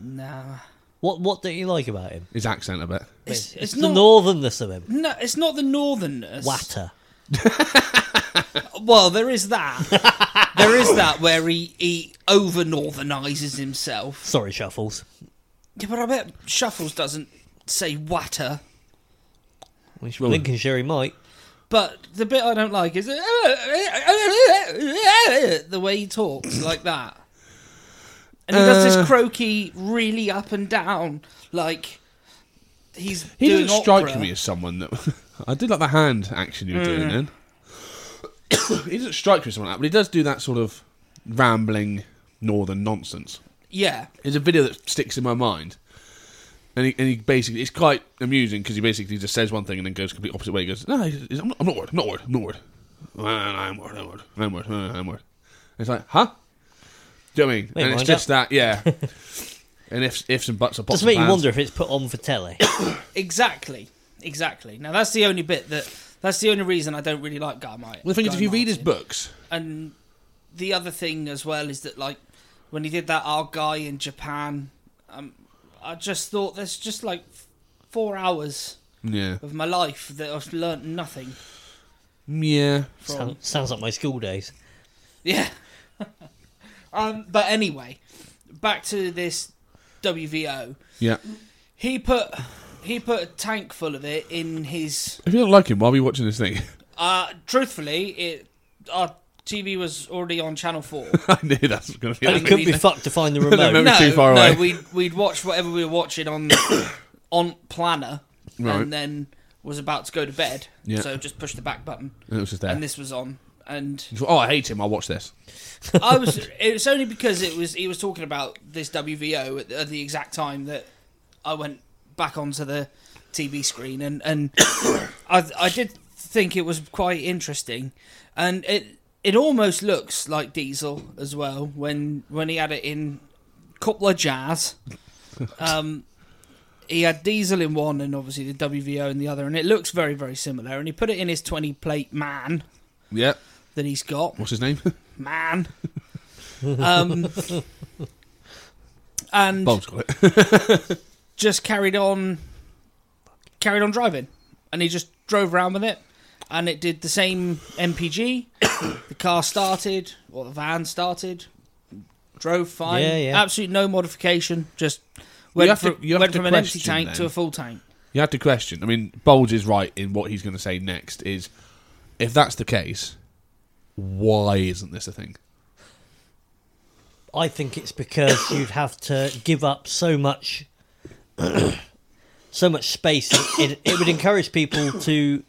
S3: Nah,
S1: What what don't you like about him?
S2: His accent a bit.
S3: it's,
S1: It's,
S3: it's
S1: the
S3: not.
S1: northernness of him.
S3: no, it's not the northernness.
S1: Watter.
S3: Well, there is that. <laughs> there is that where he, he over northernizes himself.
S1: Sorry, Shuffles.
S3: Yeah, but I bet Shuffles doesn't say watter.
S1: Lincolnshire he might.
S3: But the bit I don't like is <laughs> the way he talks like that. And he does
S2: Uh.
S3: this croaky, really up and down, like he's
S2: He
S3: doing
S2: didn't strike
S3: opera.
S2: me as someone that <laughs> I did like the hand action you were doing then. <coughs> he doesn't strike me as someone like that, but he does do that sort of rambling northern nonsense.
S3: Yeah,
S2: It's a video that sticks in my mind. And he, and he basically, it's quite amusing because he basically just says one thing and then goes complete opposite way. He goes, no, no, he's- he's- I'm, not, I'm not worried, I'm not worried, I'm not worried. I'm worried, I'm worried, I'm worried, I'm worried. It's like, huh? Do you know what I mean?
S1: Wait,
S2: and it's
S1: wind
S2: just that, yeah. <laughs> and ifs, ifs and buts are pots
S1: Does
S2: and
S1: make you
S2: pans.
S1: wonder if it's put on for <coughs> telly.
S3: exactly, exactly. Now that's the only bit that that's the only reason I don't really like Guy Mar-
S2: Well, the thing is,
S3: Guy
S2: if you read his
S3: Martin.
S2: books,
S3: and the other thing as well is that like when he did that our guy in Japan, um, I just thought there's just like f- four hours
S2: yeah.
S3: of my life that I've learnt nothing
S2: Yeah.
S3: from.
S1: Sound, sounds like my school days.
S3: <laughs> Yeah. um, but anyway, back to this WVO.
S2: Yeah.
S3: He put he put a tank full of it in his
S2: If you don't like him, why are we watching this thing? <laughs>
S3: Uh, truthfully, it our TV was already on Channel Four.
S2: I knew that's going to be.
S1: And it
S2: happening.
S1: couldn't be fucked to <laughs> find the remote.
S2: Maybe too far
S3: no,
S2: away.
S3: we'd we'd watch whatever we were
S2: <coughs>
S3: watching on on Planner,
S2: Right.
S3: and then was about to go to bed.
S2: Yeah.
S3: So just push the back button,
S2: And it was just there.
S3: and this was on. And
S2: You thought, oh, I hate him. I'll watch this.
S3: I was. it was only because it was. He was talking about this WVO at the, at the exact time that I went back onto the TV screen, and and <coughs> I I did think it was quite interesting, and it it almost looks like Diesel as well when when he had it in couple of jazz. Um, he had Diesel in one, and obviously the WVO in the other, and it looks very very similar. And he put it in his twenty plate man
S2: Yeah.
S3: that he's got
S2: What's his name? <laughs>
S3: man. Um, and
S2: Bob's got it. <laughs>
S3: just carried on, carried on driving, and he just drove around with it, and it did the same MPG. <coughs> the car started, or the van started, drove fine.
S1: Yeah, yeah.
S3: Absolute no modification. Just went,
S2: have to-
S3: fro-
S2: you have
S3: went
S2: to
S3: from an empty
S2: question
S3: tank to
S2: then.
S3: a full tank.
S2: You had to question. I mean, Bulge is right in what he's going to say next. Is if that's the case, why isn't this a thing?
S1: I think it's because you'd have to give up so much, <coughs> so much space. It, it would encourage people to,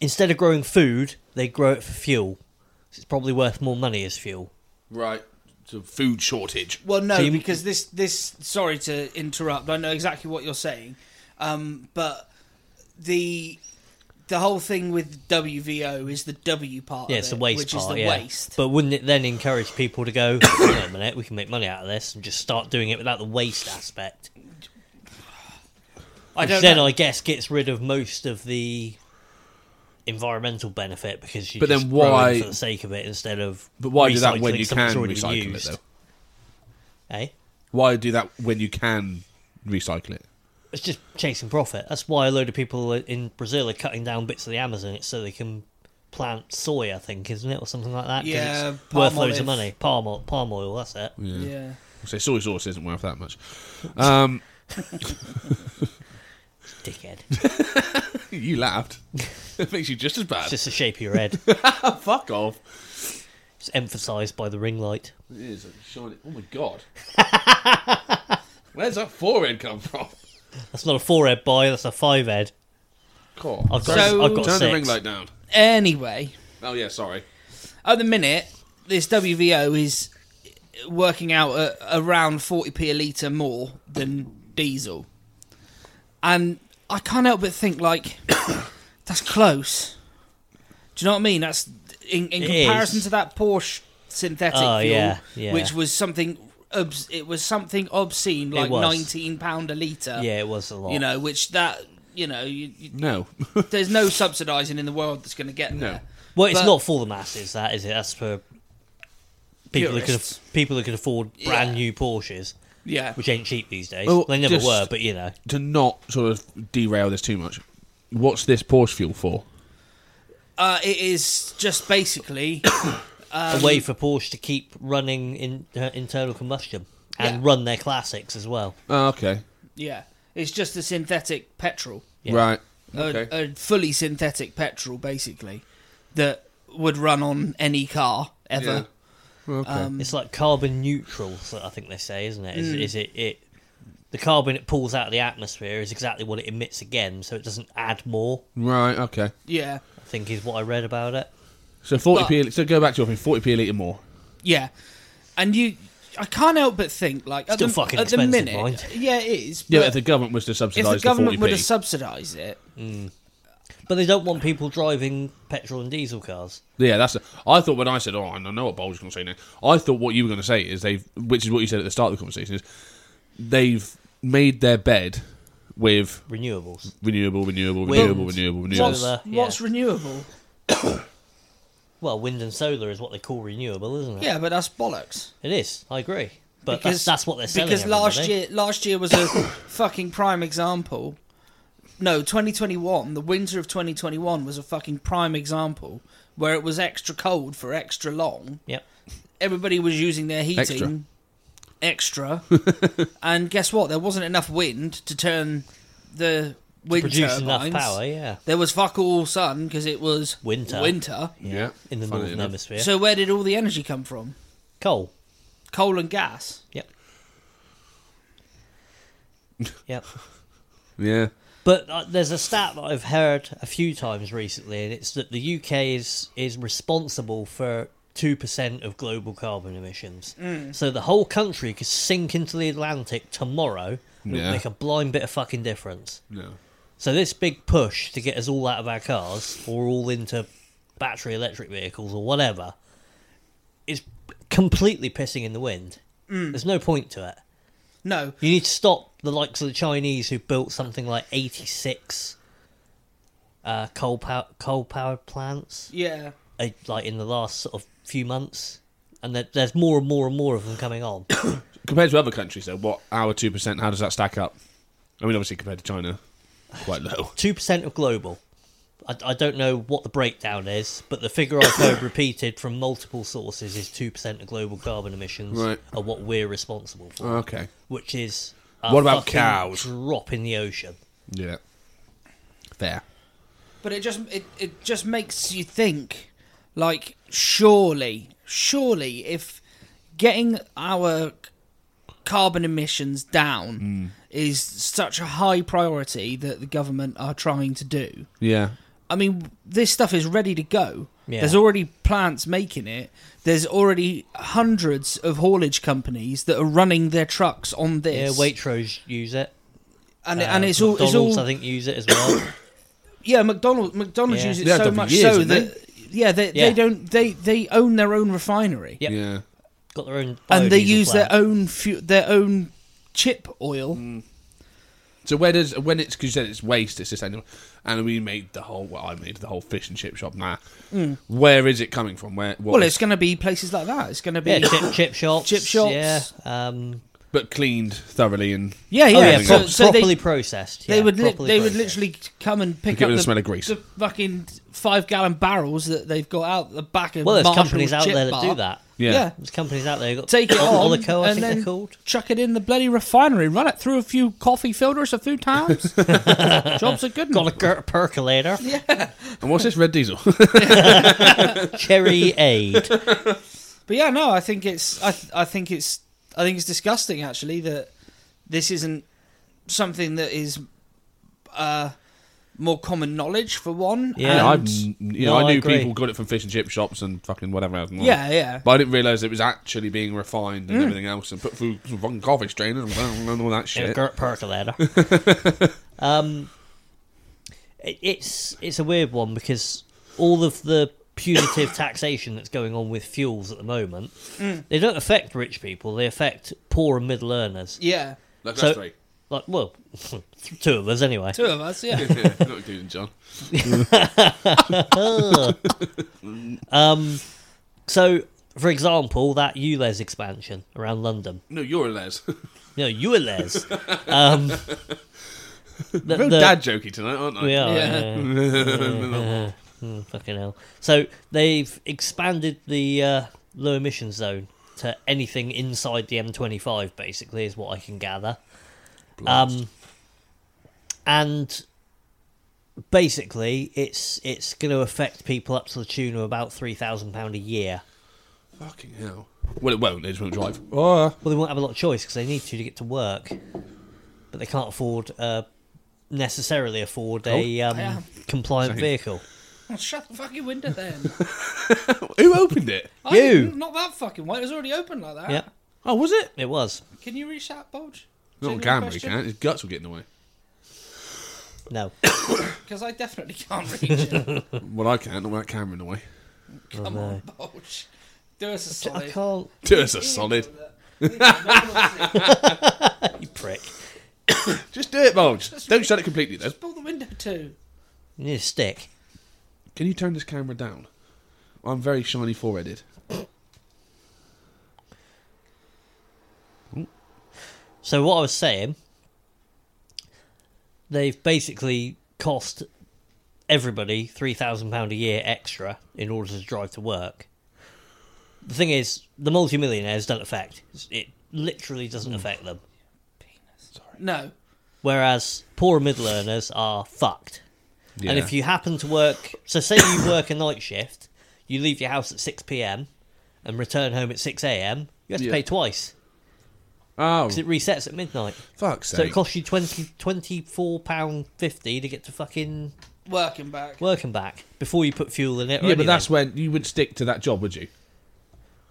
S1: instead of growing food, they grow it for fuel. 'Cause It's probably worth more money as fuel.
S2: Right. It's a food shortage.
S3: Well, no,
S1: So you-
S3: because this this. Sorry to interrupt. I know exactly what you're saying, um, but the the whole thing with WVO is the W part.
S1: Yeah,
S3: of
S1: it's the
S3: it,
S1: waste
S3: which
S1: part.
S3: is the
S1: yeah.
S3: waste.
S1: But wouldn't it then encourage people to go, <coughs> "Hang on a minute, we can make money out of this and just start doing it without the waste aspect?
S3: I
S1: Which
S3: don't
S1: then
S3: know.
S1: I guess gets rid of most of the environmental benefit because you
S2: But then
S1: just grow it
S2: why-
S1: for the sake of it instead of
S2: But why do that when
S1: recycling
S2: you
S1: something that's
S2: can
S1: already been
S2: recycle it
S1: used.
S2: though?
S1: Eh?
S2: Why do that when you can recycle it?
S1: It's just chasing profit. That's why a load of people in Brazil are cutting down bits of the Amazon it's so they can plant soy, I think, isn't it, or something like that? 'cause
S3: Yeah,
S1: it's
S3: palm
S1: worth loads
S3: olive.
S1: of money. Palm oil, palm oil. That's it.
S3: yeah.
S2: So soy sauce isn't worth that much. Um, <laughs>
S1: Dickhead.
S2: you laughed. <laughs> it makes you just as bad.
S1: It's just the shape of your head.
S2: fuck off.
S1: It's emphasised by the ring light.
S2: It is a shiny. Oh my god. Where's that forehead come from?
S1: That's not a four head boy. That's a five head.
S2: God.
S1: I've got.
S3: So-
S1: I've got
S2: Turn the
S1: six.
S2: ring light down.
S3: Anyway,
S2: Oh yeah, sorry.
S3: at the minute, this WVO is working out at around 40p a litre more than diesel. And I can't help but think, like, <coughs> that's close. Do you know what I mean? That's in, in
S1: It
S3: comparison
S1: is.
S3: to that Porsche synthetic
S1: Oh,
S3: fuel,
S1: yeah, yeah.
S3: which was something. Obs- it was something obscene, like
S1: was.
S3: nineteen pound a litre.
S1: Yeah, it was a lot.
S3: you know, which that you know, you, you,
S2: No. <laughs>
S3: there's no subsidising in the world that's going to get there.
S1: well, it's
S3: but-
S1: not for the masses. That is it. That's for people who can
S3: Purists.
S1: people who can afford brand
S3: Yeah.
S1: new Porsches,
S3: Yeah,
S1: which ain't cheap these days.
S2: Well,
S1: they never
S2: just-
S1: were, but you know,
S2: to not sort of derail this too much, what's this Porsche fuel for?
S3: Uh, it is just basically <coughs> um,
S1: a way for Porsche to keep running in uh, internal combustion and
S3: Yeah.
S1: run their classics as well.
S2: Oh, okay.
S3: yeah, it's just a synthetic petrol.
S1: Yeah.
S2: Right.
S3: Uh,
S2: Okay.
S3: a, a fully synthetic petrol, basically, that would run on any car ever.
S2: Okay.
S3: Um,
S1: It's like carbon neutral, so I think they say, isn't it?
S3: Mm.
S1: Is, is it it the carbon it pulls out of the atmosphere is exactly what it emits again, so it doesn't add more.
S2: right. Okay.
S3: yeah,
S1: I think is what I read about it.
S2: So forty p. So go back to your thing. Forty p a litre more.
S3: yeah, and you, I can't help but think like at
S1: Still
S3: the,
S1: fucking
S3: at the
S1: expensive,
S3: minute,
S1: mind.
S3: yeah, it is.
S2: Yeah,
S3: but
S2: if the government was to
S3: if
S2: subsidise
S3: the government
S2: the
S3: would
S2: forty
S3: have
S2: p.
S3: subsidised it,
S1: But they don't want people driving petrol and diesel cars.
S2: yeah, that's. The, I thought when I said, "Oh, I know what Bulge going to say now." I thought what you were going to say is they've, which is what you said at the start of the conversation, is they've made their bed with
S1: Renewables.
S2: renewable, renewable,
S1: Wind.
S2: renewable, renewable, renewable.
S3: what's,
S1: Solar, yeah.
S3: what's renewable?
S1: Well, wind and solar is what they call renewable, isn't it?
S3: Yeah, but that's bollocks.
S1: It is. I agree. But
S3: because
S1: that's, that's what they're selling.
S3: Because last
S1: everybody.
S3: year, last year was a
S1: <coughs>
S3: fucking prime example. No, 2021, the winter of 2021 was a fucking prime example where it was extra cold for extra long.
S1: Yep.
S3: Everybody was using their heating extra, and guess what? There wasn't enough wind to turn the wind
S1: Produce enough
S3: turbines.
S1: power, yeah.
S3: There was fuck all sun because it was
S1: Winter.
S3: Winter.
S2: Yeah,
S1: In the
S2: Funny
S1: northern
S2: enough.
S1: hemisphere.
S3: So where did all the energy come from?
S1: Coal.
S3: Coal and gas.
S2: <laughs>
S1: Yep. yep.
S2: Yeah,
S1: But uh, there's a stat that I've heard a few times recently, and it's that the UK is is responsible for two percent of global carbon emissions. So the whole country could sink into the Atlantic tomorrow. and It
S2: Yeah.
S1: would make a blind bit of fucking difference.
S2: no.
S1: So this big push to get us all out of our cars or all into battery electric vehicles or whatever is completely pissing in the wind. There's no point to it.
S3: No,
S1: You need to stop the likes of the Chinese who built something like 86 uh, coal power coal powered plants
S3: yeah.
S1: uh, like in the last sort of few months, and there, there's more and more and more of them coming on. <coughs>
S2: Compared to other countries, though, what our two percent? How does that stack up? I mean, obviously compared to China, quite low.
S1: Two percent of global. I, I don't know what the breakdown is, but the figure I've
S3: <coughs>
S1: heard repeated from multiple sources is two percent of global carbon emissions
S2: Right.
S1: are what we're responsible
S3: Uh,
S1: for,
S2: Okay.
S1: which is a
S2: What about
S1: fucking
S2: cows?
S1: Drop in the ocean.
S2: Yeah. Fair.
S3: But it just it, it just makes you think, like surely, surely, if getting our c- carbon emissions down
S1: Mm.
S3: is such a high priority that the government are trying to do.
S2: Yeah.
S3: I mean, this stuff is ready to go.
S1: Yeah.
S3: There's already plants making it. There's already hundreds of haulage companies that are running their trucks on
S1: Yeah,
S3: this.
S1: Waitrose use it,
S3: and
S1: Um,
S3: and it's all it's
S1: McDonald's,
S3: all
S1: I think use it as well.
S3: Yeah, McDonald's McDonald's
S1: Yeah.
S3: use it
S2: They E have
S3: so
S2: done for
S3: much
S2: years,
S3: so
S2: haven't they?
S3: that yeah they,
S1: Yeah.
S3: they don't they they own their own refinery
S1: Yep.
S2: Yeah.
S1: got their own
S3: and they
S1: biodiesel
S3: use
S1: plant.
S3: their own fu- their own chip oil.
S2: Mm. So where does when it's because you said it's waste, it's sustainable, and we made the whole well, I made the whole fish and chip shop. Nah, where is it coming from? Where? What
S3: Well,
S2: was-
S3: it's going to be places like that. It's going to be
S1: yeah chip, chip shops,
S3: Chip shops.
S1: yeah, um,
S2: but cleaned thoroughly and
S3: <coughs> yeah yeah.
S1: oh, yeah,
S3: so
S1: pro-
S3: so
S1: properly
S3: they,
S1: processed.
S3: they
S1: yeah,
S3: would li-
S1: properly
S3: they would
S1: processed.
S3: literally come and pick
S2: Get rid
S3: up the,
S2: of the smell of grease.
S3: the fucking five gallon barrels that they've got out the back of
S1: Well, there's
S3: Marshall
S1: companies out
S3: chip
S1: there that
S3: bar.
S1: do that.
S2: Yeah.
S3: yeah.
S1: There's companies out there who got
S3: Take it on,
S1: Olico, I
S3: and
S1: think
S3: then
S1: they're called.
S3: chuck it in the bloody refinery, run it through a few coffee filters a
S1: <laughs>
S3: few times. Jobs are good.
S1: Got a gir-
S3: <laughs>
S1: percolator,
S2: and what's this red diesel?
S1: cherry
S3: <laughs>
S1: aid.
S3: But yeah, no, I think it's I th- I think it's I think it's disgusting actually that this isn't something that is uh more common knowledge for one.
S1: Yeah,
S2: I <laughs>
S3: and-
S2: you
S1: No,
S2: know, I
S1: I
S2: knew
S1: agree.
S2: people got it from fish and chip shops and fucking whatever else. and all
S3: yeah,
S2: that.
S3: yeah.
S2: But I didn't realise it was actually being refined and everything else and put through some fucking coffee strainers and <laughs> all that
S1: Yeah,
S2: shit.
S1: Gert
S3: <laughs>
S1: percolator. um, it, it's it's a weird one because all of the punitive taxation that's going on with fuels at the moment,
S3: Mm.
S1: they don't affect rich people. They affect poor and middle earners.
S3: Yeah.
S2: Like
S1: So-
S2: us three.
S1: Like, well, <laughs> two of us anyway.
S3: Two of
S1: <laughs>
S3: us, yeah. <laughs>
S2: Yeah, not including John.
S1: Um, so, for example, that ULEZ expansion around London.
S2: No, you're
S1: <laughs>
S2: a Les.
S1: Uh, No, ULEZ.
S3: <laughs>
S1: um, the-
S2: Real
S1: the-
S2: dad jokey tonight, aren't I?
S1: We are.
S3: Yeah.
S1: Yeah. yeah. Mm, fucking hell. So they've expanded the uh, low emission zone to anything inside the M25, basically, is what I can gather. Um, and basically, it's it's going to affect people up to the tune of about three thousand pound a year.
S2: <laughs> Fucking hell. Well, it won't. They just won't drive. Oh,
S1: Well, they won't have a lot of choice because they need to to get to work, but they can't afford uh, necessarily afford a um,
S3: yeah.
S1: compliant
S2: Same.
S1: vehicle.
S3: Oh, shut the fucking window then.
S1: <laughs>
S2: who opened it?
S3: I-
S1: You.
S3: not that fucking way. It was already open like that.
S1: Yeah,
S2: Oh, was it?
S1: it was.
S3: Can you reach that bulge?
S2: Not on camera, you can't. His guts will get in the way.
S1: No,
S3: Because I definitely can't
S1: <laughs>
S3: reach it.
S2: Well, I can't. Not with that camera in the way. <laughs>
S3: Come on, bulge. Do us a
S1: Oh, I
S3: solid.
S1: can't.
S2: Do us a
S3: <laughs>
S2: solid. <laughs>
S1: You prick.
S2: Just do it, Bulge. Don't shut it completely, though.
S3: Pull the window too.
S1: You need a stick.
S2: Can you turn this camera down? I'm very shiny foreheaded.
S1: So what I was saying, they've basically cost everybody three thousand pound a year extra in order to drive to work. The thing is, the multimillionaires don't affect. It literally doesn't affect them.
S3: No.
S1: Whereas poor and middle earners are fucked.
S2: Yeah.
S1: And if you happen to work, so say you <coughs> work a night shift, you leave your house at six p.m. and return home at six a.m. You have to
S2: Yeah.
S1: pay twice
S2: Oh,
S1: because it resets at midnight.
S2: fuck's
S1: So it
S2: sake.
S1: costs you 20, 24 pound fifty to get to fucking
S3: Working back.
S1: work and back before you put fuel in it. Or
S2: yeah, but
S1: anything.
S2: that's when you would stick to that job, would you?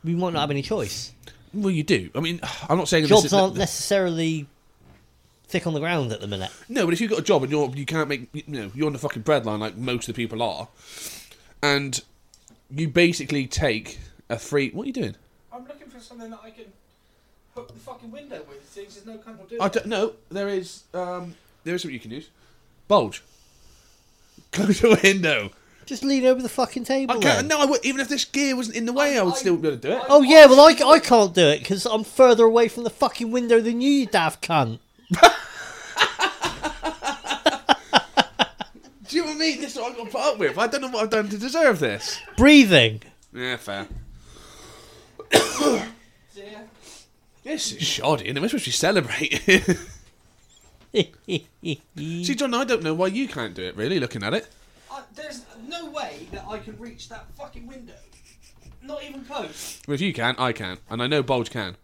S1: we might not have any choice.
S2: Well, you do. I mean, <sighs> I'm not saying this
S1: Jobs
S2: is the-
S1: aren't necessarily thick on the ground at the minute.
S2: No, but if you've got a job and you're you can't make you know you're on the fucking breadline like most of the people are, and you basically take a free. What are you doing?
S3: I'm looking for something that I can hook the fucking window with. Seems there's no kind of doing
S2: I don't know. There is um there is something you can use. <laughs> Bulge. Close the window.
S1: Just lean over the fucking table.
S2: I
S1: then.
S2: can't. No, I would, even if this gear wasn't in the way, I, would
S3: I-
S2: still be able to do it.
S1: Oh yeah, well I, I can't do it because I'm further away from the fucking window than you, you daft cunt.
S2: Do you know what I mean? This is what I've got to put up with. I don't know what I've done to deserve this.
S1: Breathing. <laughs>
S2: Yeah, fair.
S3: Yeah.
S2: This is shoddy, and we're supposed to be celebrating. <laughs> See, John, I don't know why you can't do it. Really, looking at it.
S3: I, there's no way that I can reach that fucking window. Not even close.
S2: Well, if you can, I can, and I know Bulge can.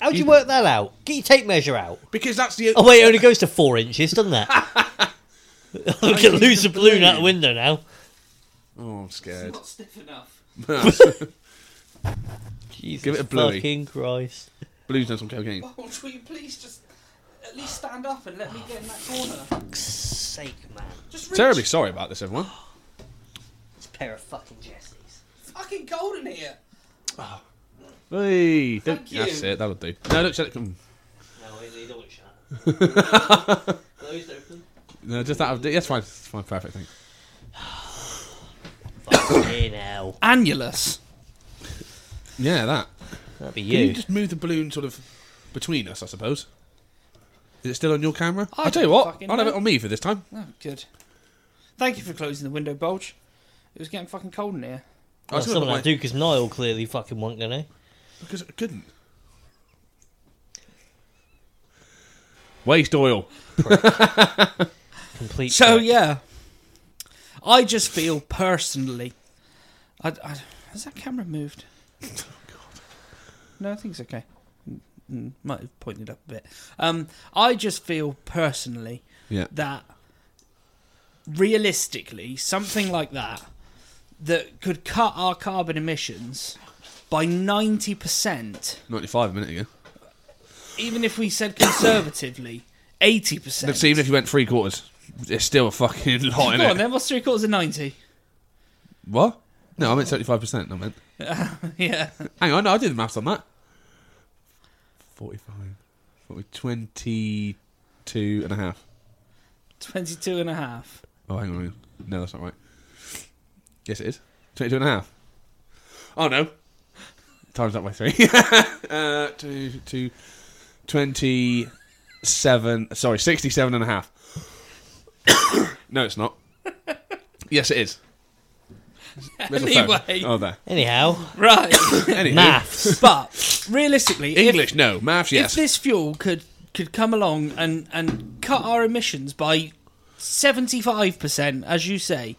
S1: How'd you work that out? Get your tape measure out.
S2: Because that's the
S1: Oh wait, it only goes to four inches, doesn't it? <laughs> I'm gonna lose the balloon out the window now.
S2: Oh, I'm
S3: <laughs>
S2: scared. <laughs>
S3: Not stiff enough.
S1: Jesus
S2: Give it a bluey.
S1: fucking Christ.
S2: Blues done some cocaine.
S3: Bolt, will you please just at least stand up and let me get in that corner?
S1: Fuck's sake, man.
S3: Just reach.
S2: Terribly sorry about this, everyone.
S1: It's a pair of fucking Jessies.
S3: Fucking golden here.
S2: Hey, don't-
S3: Thank you.
S2: that's it. That'll do. No, don't shut it. mm.
S1: No, they don't shut.
S2: <laughs>
S1: Those open.
S2: No, just that'll do. That's fine. That's fine. Perfect. Thanks.
S1: Fucking <coughs> hell.
S3: Annulus.
S2: Yeah, that.
S1: That'd be
S2: Can you
S1: you.
S2: just move the balloon sort of between us, I suppose. Is it still on your camera? I will tell you what.
S3: fucking
S2: I'll have
S3: know.
S2: it on me for this time.
S3: Oh, good. Thank you for closing the window, Bulge. It was getting fucking cold in here.
S1: Well,
S2: still
S1: something
S2: got
S1: I do because Niall clearly fucking won't gonna.
S2: Because I couldn't. Waste oil.
S1: Complete.
S3: So
S1: prick.
S3: yeah, I just feel personally. I, I, has that camera
S2: <laughs>
S3: moved?
S2: Oh,
S3: No, I think it's okay. Mm, mm, Might have pointed up a bit. Um, I just feel personally
S2: Yeah.
S3: that realistically, something like that that could cut our carbon emissions by ninety percent,
S2: 95 a minute ago.
S3: even if we said conservatively eighty percent.
S2: Let's see, even if you went three quarters, it's still a fucking lot,
S3: Go on,
S2: innit?
S3: then. What's three quarters of ninety? <laughs>
S2: What? No, I meant 75%. I meant.
S3: yeah.
S2: Hang on, no, I did the maths on that. 45. 40, 22 and a half.
S3: 22 and a half.
S2: Oh, hang on. hang on. No, that's not right. Yes, it is. 22 and a half. Oh, no. Times that by three. <laughs> uh, two, two, 27. Sorry, 67 and a half. <coughs> no, it's not. Yes, it is. There's a phone.
S3: Anyway.
S2: Oh,
S3: <laughs>
S2: there.
S1: Anyhow,
S3: Right.
S2: <coughs> Anywho,
S3: <laughs>
S1: maths.
S3: but realistically, if-
S2: English, no. Maths,
S3: If,
S2: yes.
S3: this fuel could could come along and, and cut our emissions by seventy-five percent, as you say.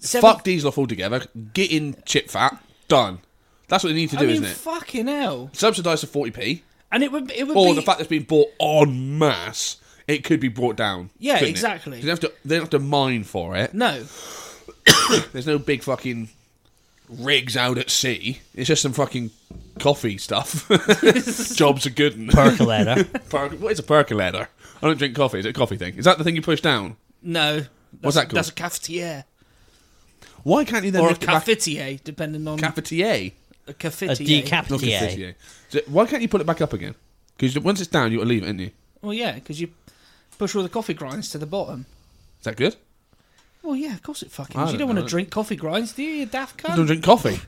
S3: Seven-
S2: Fuck diesel off altogether. Get in chip fat. Done. That's what they need to
S3: I
S2: do,
S3: mean,
S2: isn't it?
S3: fucking hell!
S2: Subsidise to 40p,
S3: And it would it would
S2: or
S3: be
S2: the fact that it's being bought en masse, it could be brought down.
S3: Yeah,
S2: couldn't it?
S3: exactly.
S2: They don't have to. They don't have to mine for it.
S3: no.
S2: There's no big fucking rigs out at sea. It's just some fucking coffee stuff. <laughs> Jobs are good. and-
S1: Percolator.
S2: <laughs>
S3: <laughs>
S2: Per- what is a percolator? I don't drink coffee. Is it a coffee thing? Is that the thing you push down?
S3: No. That's,
S2: What's that called?
S3: That's a cafetiere.
S2: Why can't you then
S3: Or a
S2: lift it back-
S3: cafetier, depending on
S2: cafetier?
S3: a
S1: a
S3: cafetier.
S2: Not
S1: decapitator.
S2: cafetier. So why can't you pull it back up again? Because once it's down, you'll leave it, isn't you? Is
S3: well, yeah, because you push all the coffee grinds to the bottom.
S2: that good?
S3: Well, yeah, of course it fucking
S2: I
S3: is. You
S2: don't
S3: don't want
S2: know.
S3: to drink coffee grinds, do you, you daft
S2: I don't
S3: cunt?
S2: drink coffee.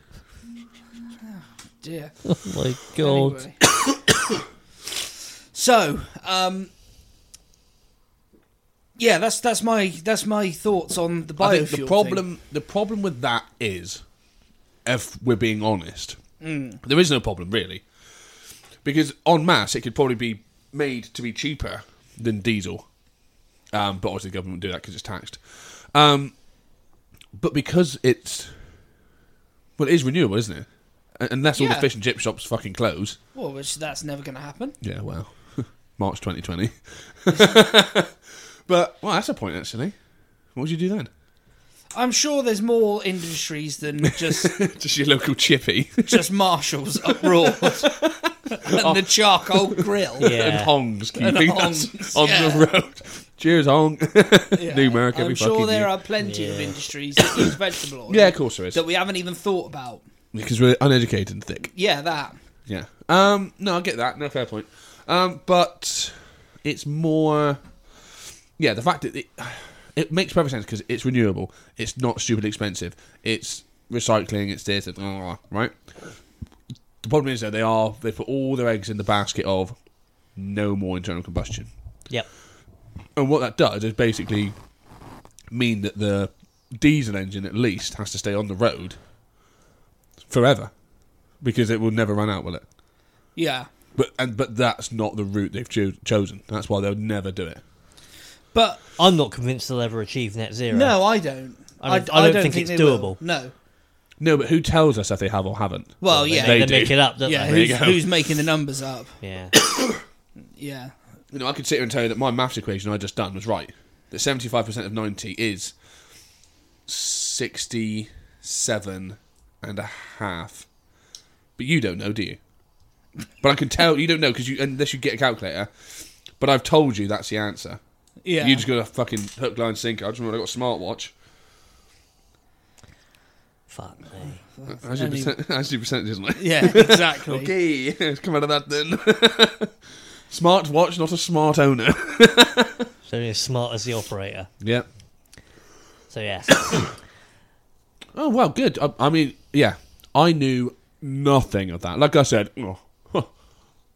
S3: Dear.
S1: Oh my god.
S3: Anyway. <coughs> so, um, yeah, that's that's my that's my thoughts on the biofuel.
S2: I think the
S3: thing.
S2: problem the problem with that is, if we're being honest,
S3: Mm.
S2: there is no problem really, because en masse it could probably be made to be cheaper than diesel, um, but obviously the government would do that because it's taxed. Um, but because it's well, it is renewable, isn't it? Un- Unless all
S3: Yeah.
S2: the fish and chip shops fucking close.
S3: Well, which that's never going to happen.
S2: Yeah, well, <laughs> March 2020. <laughs> but well, that's a point actually. What would you do then? <laughs>
S3: I'm sure there's more industries than
S2: <laughs>
S3: just
S2: Just your local chippy. <laughs>
S3: just Marshalls uproar and the charcoal
S2: <laughs>
S3: grill.
S2: and
S1: Yeah.
S2: hongs keeping
S3: hongs,
S2: us on
S3: yeah.
S2: the road. <laughs> Cheers, hong. <laughs>
S3: Yeah.
S2: New America,
S3: I'm
S2: we
S3: sure
S2: fucking
S3: there
S2: do.
S3: are plenty of industries that use vegetable oil.
S2: Yeah, of course there is.
S3: That we haven't even thought about.
S2: Because we're uneducated and thick.
S3: Yeah, that.
S2: Yeah. Um. No, I get that. No, fair point. Um. But it's more. Yeah, the fact that it it makes perfect sense because it's renewable. It's not stupid expensive. It's recycling. It's this. It's, blah, blah, blah, right. The problem is that they are they put all their eggs in the basket of no more internal combustion.
S1: Yep.
S2: And what that does is basically mean that the diesel engine, at least, has to stay on the road forever because it will never run out, will it?
S3: Yeah.
S2: But and but that's not the route they've cho- chosen. That's why they'll never do it.
S3: But
S1: I'm not convinced they'll ever achieve net zero.
S3: no, I don't.
S1: I don't- I don't think it's
S3: they will.
S1: doable.
S3: No.
S2: No, but who tells us if they have or haven't?
S3: Well,
S1: They,
S3: yeah.
S1: they,
S2: They do.
S1: make it up, don't
S3: yeah, <laughs>
S1: they?
S3: who's,
S2: you go.
S3: who's making the numbers up?
S1: Yeah.
S3: Yeah.
S2: You know, I could sit here and tell you that my maths equation I just done was right. That seventy-five percent of ninety is sixty-seven and a half. But you don't know, do you? But I can tell you don't know because you unless you get a calculator. But I've told you that's the answer.
S3: Yeah.
S2: You just got a fucking hook, line, sinker. I just remember I got a smartwatch.
S1: Fuck me.
S2: How's your,
S3: Anyway.
S2: percent, how's your percentage, isn't it? <laughs>
S3: yeah, exactly.
S2: Okay, <laughs> let's come out of that then. smart watch, not a smart owner. <laughs>
S1: So they're as smart as the operator.
S2: Yeah.
S1: So
S3: <laughs>
S1: yes.
S2: Oh well, good. I, I mean, yeah, I knew nothing of that. Like I said, oh, huh,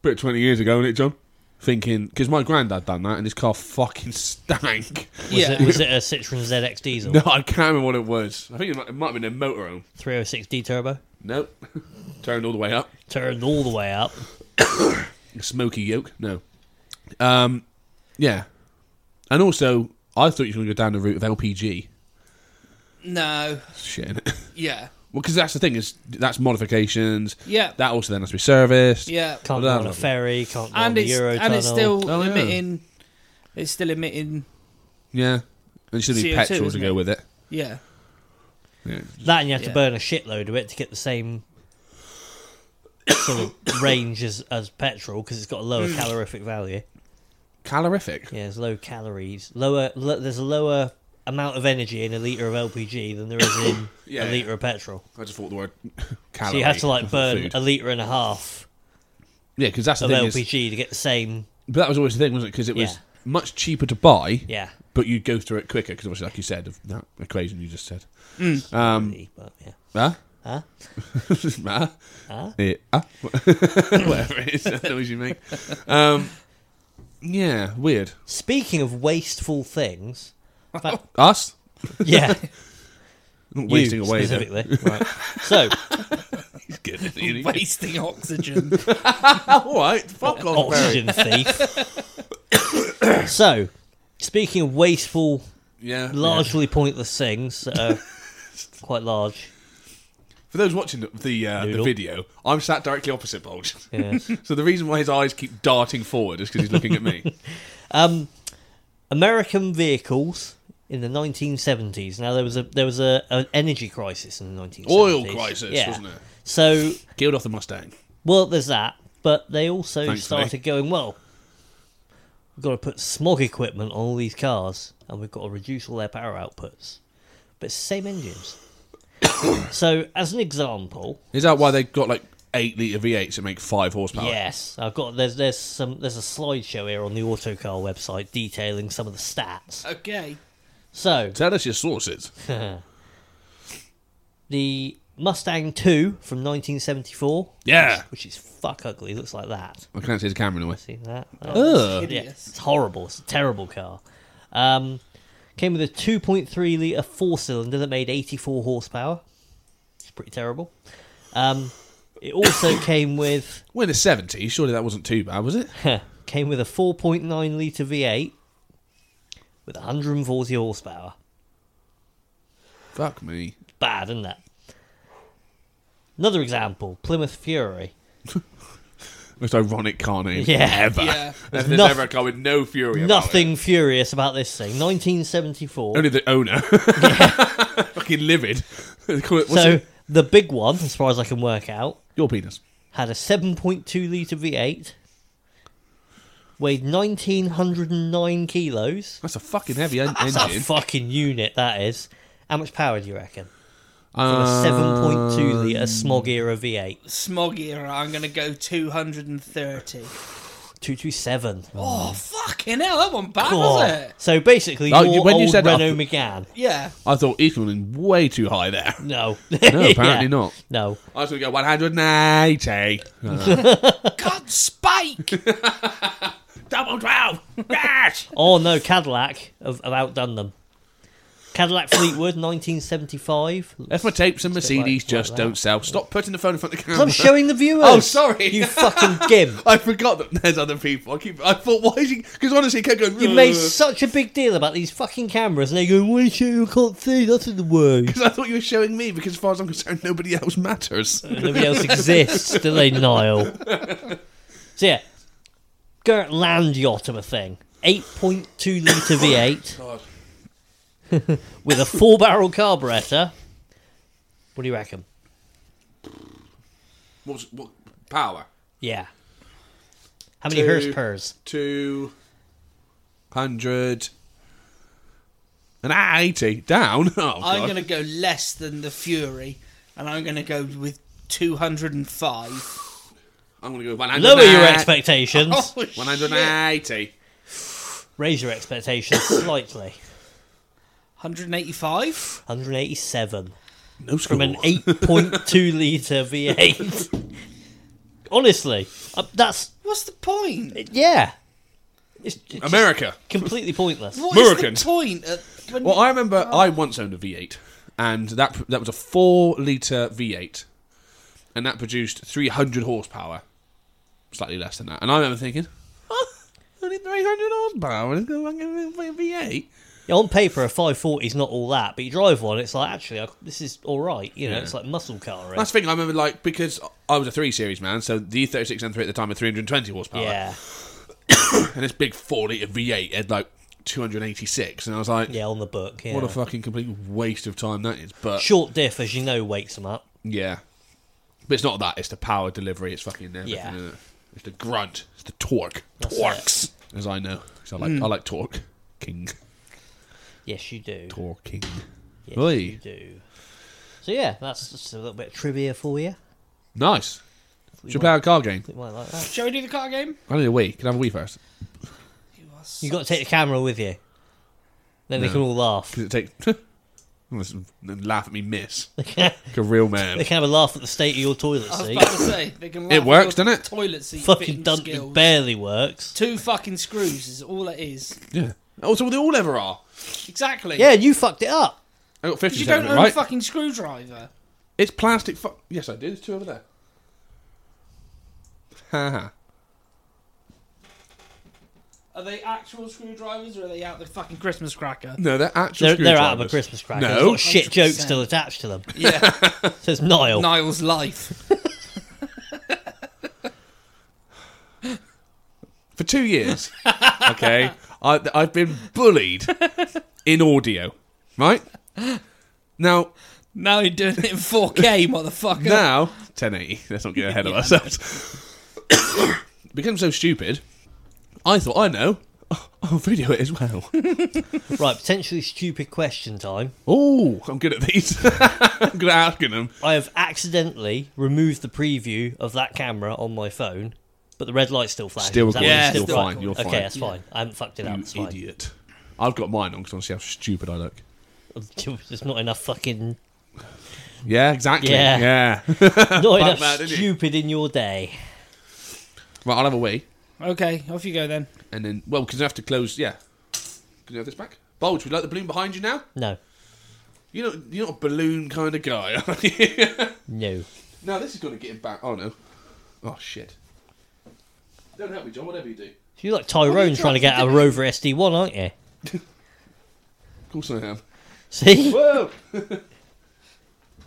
S2: bit twenty years ago, innit, John? Thinking because my granddad done that, and his car fucking <laughs> stank.
S1: Was,
S3: Yeah.
S1: it, was it a Citroen ZX diesel?
S2: No, I can't remember what it was. I think it might, it might have been a motorhome.
S1: 306D turbo?
S2: Nope. <laughs> Turned all the way up.
S1: Turned all the way up.
S2: Smoky yoke. No. Um. Yeah. And also, I thought you were going to go down the route of LPG.
S3: No.
S2: Shit. innit? <laughs>
S3: Yeah.
S2: Well, because that's the thing is that's modifications.
S3: Yeah.
S2: That also then has to be serviced.
S3: Yeah.
S1: Can't
S2: Well,
S1: go on
S2: that-
S1: a ferry, can't go on
S3: and
S1: the
S3: it's
S1: Euro
S3: and it's still
S2: Oh, yeah.
S3: emitting. It's still emitting.
S2: Yeah. And should be
S3: CO2,
S2: petrol to
S3: isn't
S2: go
S3: it?
S2: with it. <laughs>
S3: Yeah.
S2: Yeah.
S1: That and you have
S3: Yeah.
S1: to burn a shitload of it to get the same sort
S3: <coughs>
S1: of range as, as petrol because it's got a lower
S3: Hmm.
S1: calorific value.
S2: Calorific.
S1: Yeah, there's low calories. Lower. Lo- there's a lower amount of energy in a liter of LPG than there
S2: <coughs>
S1: is in
S2: Yeah,
S1: a
S2: yeah.
S1: liter of petrol.
S2: I just thought the word <laughs> calorie.
S1: So you had to like
S2: for
S1: burn
S2: food.
S1: a liter and a half
S2: yeah, because that's the
S1: of
S2: thing. Is,
S1: LPG to get the same.
S2: but that was always the thing, wasn't it? Because it was
S1: Yeah.
S2: much cheaper to buy,
S1: Yeah.
S2: but you'd go through it quicker. Because obviously, like you said, of that equation you just said.
S1: but yeah.
S2: Huh?
S1: Huh?
S2: <laughs> Huh?
S1: Huh?
S2: <laughs> Yeah. Huh? Whatever it is, that noise you make. Um, yeah, weird.
S1: Speaking of wasteful
S2: <laughs>
S1: things, fa-
S2: Us?
S1: yeah,
S2: Not
S1: you
S2: wasting away. though.
S1: specifically. Right.
S2: <laughs>
S1: So
S2: He's <laughs> good, <laughs>
S1: <laughs>
S2: isn't he?
S3: Wasting oxygen.
S2: All right, fuck off,
S1: <coughs>
S2: Barry.
S1: oxygen thief. so, speaking of wasteful
S2: Yeah.
S1: largely pointless things that
S2: <laughs>
S1: are quite large.
S2: For those watching the the, uh, the
S1: Noodle.
S2: video, I'm sat directly opposite Bulge.
S1: Yes.
S2: so the reason why his eyes keep darting forward is because he's looking at me.
S1: Um, American vehicles in the 1970s. Now there was a there was a an energy crisis in the 1970s.
S2: Oil crisis,
S1: Yeah.
S2: wasn't it?
S1: So
S2: Killed off the Mustang.
S1: well, there's that, but they also
S2: Thankfully.
S1: started going well. We've got to put smog equipment on all these cars, and we've got to reduce all their power outputs. But it's the same engines. <coughs> so, as an example,
S2: Is that why they got like eight liter V8s that make five horsepower?
S1: Yes, I've got there's there's some there's a slideshow here on the Autocar website detailing some of the stats.
S3: Okay.
S1: So
S2: Tell us your sources.
S1: <laughs> the Mustang Two from 1974,
S2: Yeah.
S1: which is fuck ugly, looks like that.
S2: I can't see his camera in the way.
S1: See that?
S2: Ugh.
S1: yeah,
S3: Hideous.
S1: it's horrible. It's a terrible car. Um, came with a 2.3 liter four cylinder that made 84 horsepower. It's pretty terrible. Um, it also
S2: <coughs>
S1: came with <laughs>
S2: We're in the 70s. Surely that wasn't too bad, was it?
S1: came with a 4.9 litre V8 with 140 horsepower.
S2: Fuck me.
S1: Bad, isn't it? Another example Plymouth Fury.
S2: Most ironic car name
S1: Yeah.
S2: ever.
S3: Yeah.
S2: There's,
S1: There's
S2: never
S1: noth-
S2: a car with no fury. about
S1: Nothing furious about this thing. 1974.
S2: it. Only the owner. <laughs> Fucking livid. <laughs> They call it- what's
S1: so,
S2: it?
S1: the big one, as far as I can work out,
S2: Your penis.
S1: had a 7.2 litre V8, weighed 1,909 kilos.
S2: That's a fucking heavy en-
S1: That's a
S2: engine.
S1: fucking unit, that is. How much power do you reckon? From a
S2: Uh,
S1: 7.2 litre smog era V8.
S3: Smog era, I'm going to go 230.
S1: 227.
S3: Oh, fucking hell, that one bad,
S1: Oh.
S3: was it?
S1: So basically,
S2: Oh, you-
S1: your
S2: when you
S1: old
S2: said
S1: Renault
S2: up-
S1: Megane.
S3: Yeah.
S2: I thought Eastman was way too high there. <laughs>
S1: No. <laughs>
S2: No, apparently not.
S1: No.
S2: I was going to go 180.
S3: God, Spike!
S2: <laughs> Double 12. Yes.
S1: Oh, no, Cadillac have, have outdone them. Cadillac Fleetwood, 1975.
S2: If my tapes and
S1: bit like-
S2: Mercedes
S1: like
S2: just
S1: that.
S2: don't sell, stop putting the phone in front of the
S1: <laughs>
S2: camera. <laughs>
S1: I'm showing the viewers.
S2: Oh, sorry. Oh.
S1: You fucking
S2: <laughs>
S1: gimp.
S2: I forgot that there's other people. I keep. I thought, why is he? Because honestly, he kept going.
S1: You made
S2: <laughs>
S1: such a big deal about these fucking cameras, and they go, "Why show you can't see? That's in the way."
S2: Because I thought you were showing me. Because as far as I'm concerned, nobody else <laughs> matters.
S1: Nobody else exists, do they, Niall? So yeah, Gert Land yacht of a thing, 8.2 litre V8
S2: God.
S1: with a four-barrel carburetor. What do you reckon?
S2: What's what? Power
S1: Yeah. How many
S2: Two.
S1: horse pers?
S2: two hundred and eighty down. <laughs> Oh,
S3: I'm
S2: God.
S3: going to go less than the Fury, and I'm going to go with 205.
S2: I'm gonna go one hundred.
S1: Lower your expectations.
S2: <laughs>
S3: Oh,
S2: One hundred and eighty.
S1: Raise your expectations <coughs> slightly.
S3: 185?
S1: 187
S2: No school.
S1: from an 8.2 litre V8. <laughs> Honestly, uh, that's
S3: What's the point?
S1: yeah. It's, it's
S2: America.
S1: completely pointless.
S3: What is
S2: American.
S3: the point? at- when
S2: Well,
S3: you-
S2: I remember I once owned a V8, and that that was a four liter V8, and that produced 300 horsepower, slightly less than that. And I remember thinking, oh, only 300 horsepower, and it's going to be a V8.
S1: Yeah, on paper, a 540 is not all that, but you drive one, it's like actually, I, this is all right. You know,
S2: Yeah.
S1: it's like muscle car.
S2: That's the thing I remember, like because I was a three series man, so the E36 M3 at the time had 320 horsepower,
S1: yeah,
S2: and this big four liter V8 had like 286, and I was like,
S1: yeah, on the book. Yeah.
S2: what a fucking complete waste of time that is. But
S1: Short diff, as you know, wakes them up.
S2: Yeah. But it's not that, it's the power delivery, it's fucking everything,
S1: Yeah.
S2: isn't it? It's the grunt, it's the torque.
S1: That's Hmm.
S2: Torques. As I know. 'cause I like I like torque. King.
S1: Yes, you do.
S2: Torquing.
S1: Yes,
S2: Oi.
S1: you do. So yeah, that's just a little bit of trivia for you.
S2: Nice.
S1: We
S2: Should we
S1: might-
S2: play a card game?
S1: we might like that.
S3: Shall we do the car game?
S2: I need a wee. Can I have a wee first?
S1: You got to take the camera with you. Then they
S2: No.
S1: can all laugh.
S2: Because it takes <laughs> Unless- and laugh at
S1: <laughs>
S2: me miss. like a real man.
S1: They can have a laugh at the state of your toilet
S3: I was
S1: seat.
S3: about to say they can. laugh at
S2: works,
S3: your
S2: doesn't it?
S3: Toilet seat
S1: Fucking
S3: fitting
S1: done.
S3: skills.
S1: It barely works.
S3: Two fucking screws is all it is.
S2: Yeah. Oh, so they all ever are.
S3: Exactly.
S1: Yeah, you fucked it up.
S2: I got
S3: Because you
S2: 57
S3: don't
S2: of
S3: own
S2: it, right?
S3: a fucking screwdriver.
S2: It's plastic. Fu- yes, I do. There's two over there. <laughs> Ha ha.
S3: Are they actual screwdrivers or are they out the fucking
S2: <laughs>
S3: Christmas cracker?
S2: No, they're actual
S1: They're, they're out of a
S2: screwdrivers.
S1: Christmas cracker.
S2: No.
S1: There's not shit jokes
S3: 100%.
S1: still attached to them. <laughs>
S3: Yeah,
S1: There's Niall.
S3: Niall's life.
S2: for two years. okay, I, I've been bullied in audio, right? Now,
S3: Now you're doing it in 4K, motherfucker.
S2: now 1080. Let's not get ahead of ourselves. <coughs> Become so stupid. I thought I know. <laughs> Oh, I'll video it as
S1: <laughs>
S2: well.
S1: Right, potentially stupid question time.
S2: oh, I'm good at these. <laughs> I'm good at asking them.
S1: I have accidentally removed the preview of that camera on my phone, but the red light still flashes.
S2: Still
S1: Is that
S2: recording,
S3: Yeah,
S1: what
S2: still
S1: it's
S3: still
S2: fine. You're
S1: Okay,
S2: fine.
S1: that's fine. I haven't fucked it up.
S2: You
S1: It's fine.
S2: idiot. I've got mine on because I want to see how stupid I look.
S1: <laughs> There's not enough
S2: <laughs>
S1: fucking,
S2: Yeah, exactly.
S1: Yeah.
S2: yeah. <laughs>
S1: not enough
S2: that, didn't you?
S1: stupid in your day.
S2: right, I'll have a wee.
S3: Okay, off you go then.
S2: And then, well, because I have to close. Yeah. Can you have this back? Bulge, would you like the balloon behind you now?
S1: No,
S2: You're not, you're not a balloon kind of guy, <laughs> are you?
S1: no.
S2: no, this is going to get him back. Oh, no. Oh, shit. Don't help me, John, whatever you do.
S1: You're like Tyrone trying to get out of Rover SD1, aren't you? <laughs>
S2: Of course I am.
S1: See?
S2: Whoa!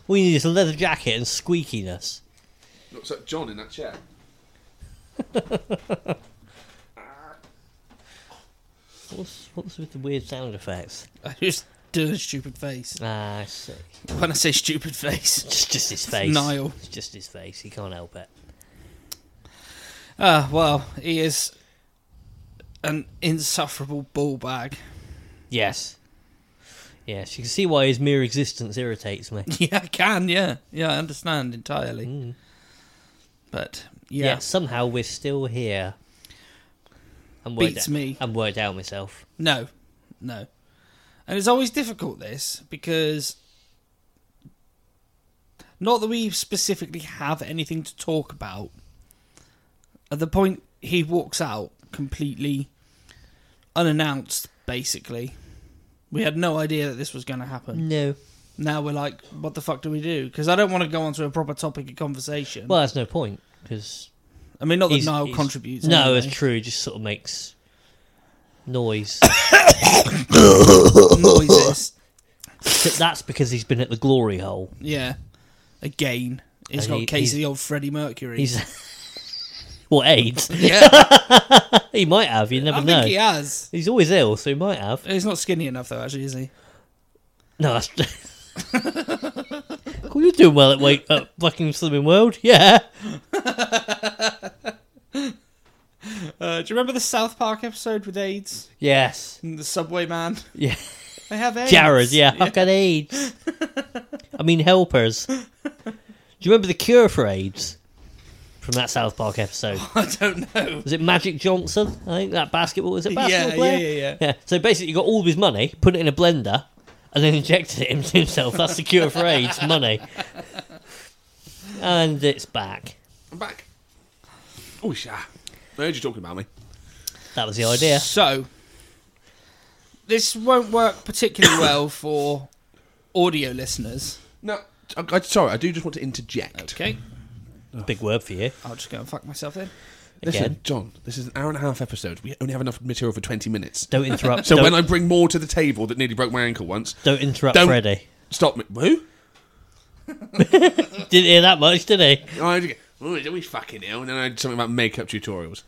S1: All you need is a leather jacket and squeakiness.
S2: Looks like John in that chair.
S1: What's, what's with the weird sound effects?
S3: I just do a stupid face.
S1: Ah, I see.
S3: When I say stupid face,
S1: It's just his face.
S3: Niall.
S1: It's just his face. He can't help it.
S3: ah, well, he is an insufferable ball bag.
S1: Yes. Yes, you can see why his mere existence irritates me.
S3: <laughs> Yeah, I can. Yeah, yeah, I understand entirely. But yeah,
S1: Yet somehow we're still here. And
S3: Beats me.
S1: And worked out myself.
S3: no, no, and it's always difficult this because not that we specifically have anything to talk about. At the point he walks out completely unannounced, basically. We had no idea that this was going to happen.
S1: No.
S3: Now we're like, what the fuck do we do? Because I don't want to go onto a proper topic of conversation.
S1: Well, that's no point because
S3: I mean, not that
S1: he's-
S3: Niall
S1: he's-
S3: contributes.
S1: no,
S3: anyway.
S1: it's true. It just sort of makes noise. <coughs>
S3: noises.
S1: Except that's because he's been at the glory hole.
S3: Yeah. Again. He's
S1: And
S3: got
S1: Uh, he-
S3: a case
S1: he's-
S3: of the old Freddie Mercury.
S1: He's <laughs> what AIDS?
S3: <laughs> yeah,
S1: He might have. You <laughs> never
S3: I
S1: know.
S3: think he has.
S1: He's always ill, so he might have.
S3: He's not skinny enough though, actually, is he?
S1: No, that's. <laughs> well, you're doing well at weight at fucking Slimming World. Yeah.
S3: Uh, do you remember the South Park episode with AIDS
S1: Yes.
S3: and the Subway Man? <laughs>
S1: Yeah.
S3: They have AIDS.
S1: Jared, yeah, I've got AIDS. I mean, helpers. Do you remember the cure for AIDS from that South Park episode?
S3: <laughs> I don't know.
S1: Was it Magic Johnson? I think that basketball was it basketball
S3: yeah,
S1: player.
S3: yeah, yeah, yeah.
S1: Yeah. So basically, he got all of his money, put it in a blender, and then <laughs> injected it into himself. That's the cure for AIDS, money. And it's back.
S2: I'm back. Oh, shit. I heard you talking about me.
S1: That was the idea.
S3: So this won't work particularly well for audio listeners.
S2: No, I, I, sorry, I do just want to interject.
S3: Okay.
S1: Big word for you.
S3: I'll just go and fuck myself in.
S2: Listen,
S1: Again.
S2: John, this is an hour and a half episode. We only have enough material for 20 minutes.
S1: Don't interrupt.
S2: So
S1: don't,
S2: when I bring more to the table that nearly broke my ankle once,
S1: don't interrupt
S2: Don't-
S1: Freddy.
S2: stop me. Who?
S1: Didn't hear that much, did he?
S2: I had to go, oh, he's always fucking ill. And then I had something about makeup tutorials.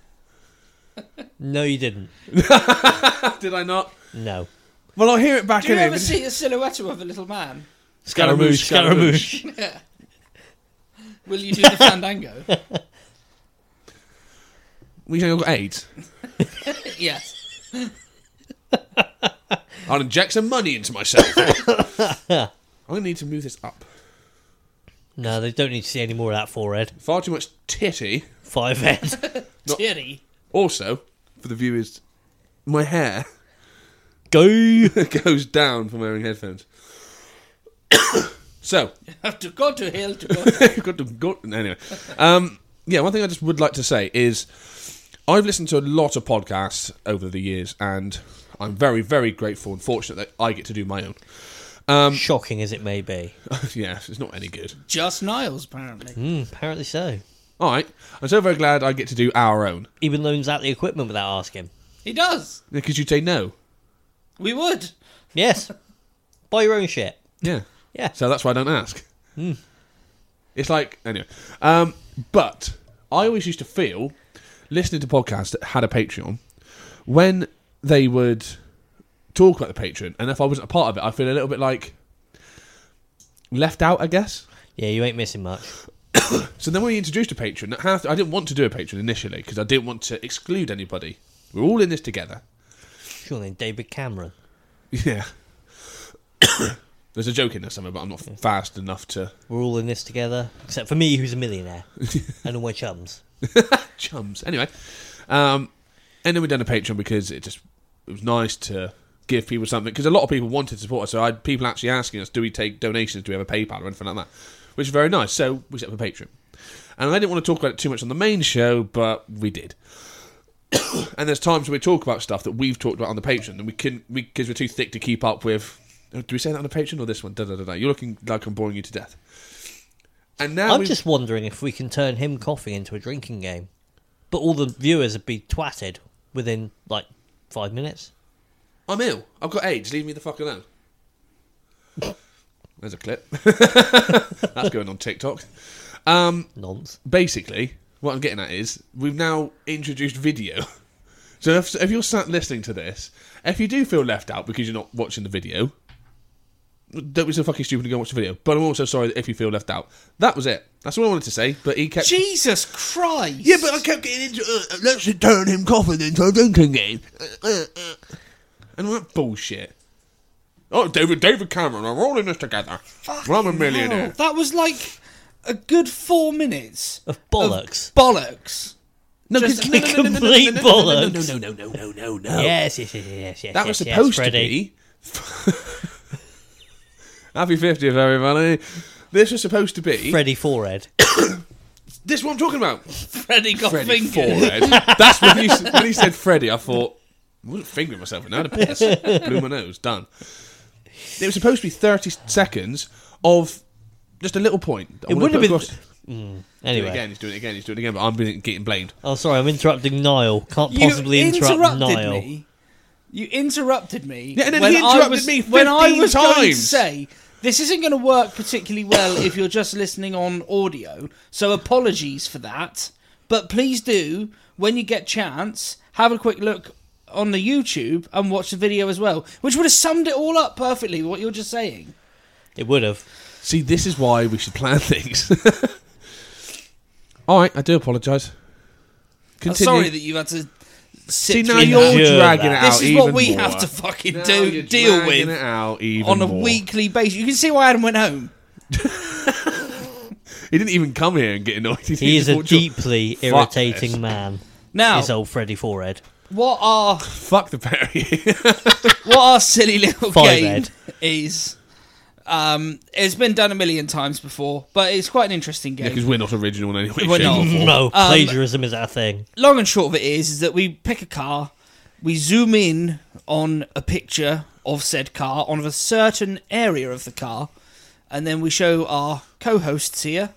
S2: <laughs>
S1: No, you didn't.
S2: Did I not?
S1: No.
S2: Well, I'll hear it back
S3: Do you
S2: in.
S3: ever see a silhouette of a little man?
S1: Scaramouche,
S2: Scaramouche.
S1: Scaramouche.
S3: Will you
S2: <laughs>
S3: do the fandango?
S2: We say I've got AIDS.
S3: yes.
S2: I'll inject some money into
S3: <laughs>
S2: myself. I'm going to need to move this up.
S1: <laughs> No, they don't need to see any more of that forehead.
S2: Far too much titty.
S1: Five head.
S3: Titty.
S2: Also, for the viewers, my
S3: <coughs>
S2: hair
S1: Go.
S2: <laughs> goes down from wearing headphones. <coughs> so, <laughs>
S3: Have to go to hell to go.
S2: good to go. Anyway, um, yeah, one thing I just would like to say is I've listened to a lot of podcasts over the years, and I'm very, very grateful and fortunate that I get to do my own. <laughs> Um,
S1: Shocking as it may be.
S2: yeah, it's not any good.
S3: Just Niles, apparently.
S2: Hmm?
S1: Mm, apparently so.
S2: All right, I'm so very glad I get to do our own.
S1: Even loans out the equipment without asking.
S3: He does.
S2: Because you'd say no.
S3: We would.
S1: Yes. Buy your own shit.
S2: Yeah.
S1: Yeah.
S2: So that's why I don't ask. It's like anyway. Um, but I always used to feel listening to podcasts that had a Patreon when they would talk about the Patreon, and if I wasn't a part of it, I feel a little bit like left out, I guess.
S1: Yeah, you ain't missing much.
S2: So then when we introduced a patron, that half, I didn't want to do a patron initially because I didn't want to exclude anybody. We're all in this together.
S1: Sure then, David Cameron.
S2: Yeah. <coughs> There's a joke in there somewhere, but I'm not fast enough to
S1: We're all in this together, except for me, who's a
S2: <laughs>
S1: millionaire, and all my chums.
S2: chums. Anyway, um, and then we done a Patreon because it just it was nice to give people something because a lot of people wanted to support us. So I had people actually asking us, do we take donations? Do we have a PayPal or anything like that? Which is very nice. So we set up a Patreon, and I didn't want to talk about it too much on the main show, but we did. <coughs> and there's times where we talk about stuff that we've talked about on the Patreon, and we can we because we're too thick to keep up with. oh, Do we say that on the Patreon or this one? Da da da da. You're looking like I'm boring you to death. And now
S1: I'm
S2: we've-
S1: just wondering if we can turn him coughing into a drinking game. But all the viewers would be twatted within like five minutes.
S2: I'm ill. I've got AIDS. Leave me the fuck alone. There's a clip. <laughs> That's going on TikTok. Um,
S1: Nonce.
S2: basically, what I'm getting at is we've now introduced video. <laughs> So if, if you're sat listening to this, if you do feel left out because you're not watching the video, don't be so fucking stupid to go and watch the video. But I'm also sorry if you feel left out. That was it. That's all I wanted to say. But he kept.
S3: Jesus Christ.
S2: Yeah, but I kept getting into uh, let's turn him coughing into a drinking game. Uh, uh, uh. And all that bullshit. Oh, David, David Cameron, we're all in this together. I'm a millionaire.
S3: Hell, that was like a good four minutes
S1: Of bollocks.
S3: bollocks.
S2: No,
S3: Just-
S2: 'cause-
S3: no,
S2: no, no, no, no, no, no,
S1: Complete
S2: no, no, no, no,
S1: bollocks.
S2: No, no, no, no, no, no.
S1: Yes, yes, yes, yes, yes.
S2: Oh. That
S1: yes,
S2: was
S1: yes,
S2: supposed to
S1: Freddie.
S2: be. <laughs> Happy 50th, everybody. This was supposed to be.
S1: Freddie Forehead.
S2: This is what I'm talking about.
S3: Freddie got
S2: Freddy
S3: fingered.
S2: Forehead. That's when he, when he said Freddy, I thought, I wasn't fingering myself and I had a piss. Blew my nose, done. It was supposed to be 30 seconds of just a little point. I
S1: It
S2: wanna
S1: wouldn't
S2: put
S1: have
S2: across- Doing it
S1: Anyway,
S2: again, he's doing it again, he's doing it again, but I'm being, getting blamed.
S1: oh sorry, I'm interrupting Niall. Can't
S3: You
S1: possibly interrupt
S3: interrupted
S1: Niall.
S3: me. You interrupted me.
S2: Yeah, and then
S3: when
S2: he
S3: I
S2: interrupted
S3: was,
S2: me
S3: when I
S2: 15
S3: was going to
S2: times.
S3: say this isn't going to work particularly well if you're just listening on audio. So apologies for that, but please do when you get chance have a quick look on the YouTube and watch the video as well, which would have summed it all up perfectly. What you're just saying.
S1: It would have.
S2: See, this is why we should plan <laughs> things. All right, I do apologise.
S3: I'm
S2: Continue.
S3: sorry that you had to sit
S2: See, now
S3: through
S2: you're
S3: that.
S1: Endure
S2: dragging
S1: that.
S2: it out
S3: This is
S2: even
S3: what we
S2: more.
S3: have to fucking
S2: Now
S3: do
S2: you're
S3: deal
S2: dragging
S3: with
S2: it out even
S3: on a
S2: more.
S3: weekly basis. You can see why Adam went home.
S2: He didn't even come here and get annoyed.
S1: He is a
S2: brought you-
S1: deeply
S2: Fuck
S1: irritating
S2: this.
S1: man.
S3: Now,
S1: Is old Freddie Forehead.
S3: what our
S2: Fuck the <laughs> Perry.
S3: what our silly little
S1: Five
S3: game
S1: Ed.
S3: is, um, it's been done a million times before, but it's quite an interesting game.
S2: Because we're not original in any way,
S3: We're
S2: shape,
S3: not.
S2: or form.
S1: No, plagiarism is our thing.
S3: long and short of it is, is that we pick a car, we zoom in on a picture of said car, on a certain area of the car, and then we show our co hosts here,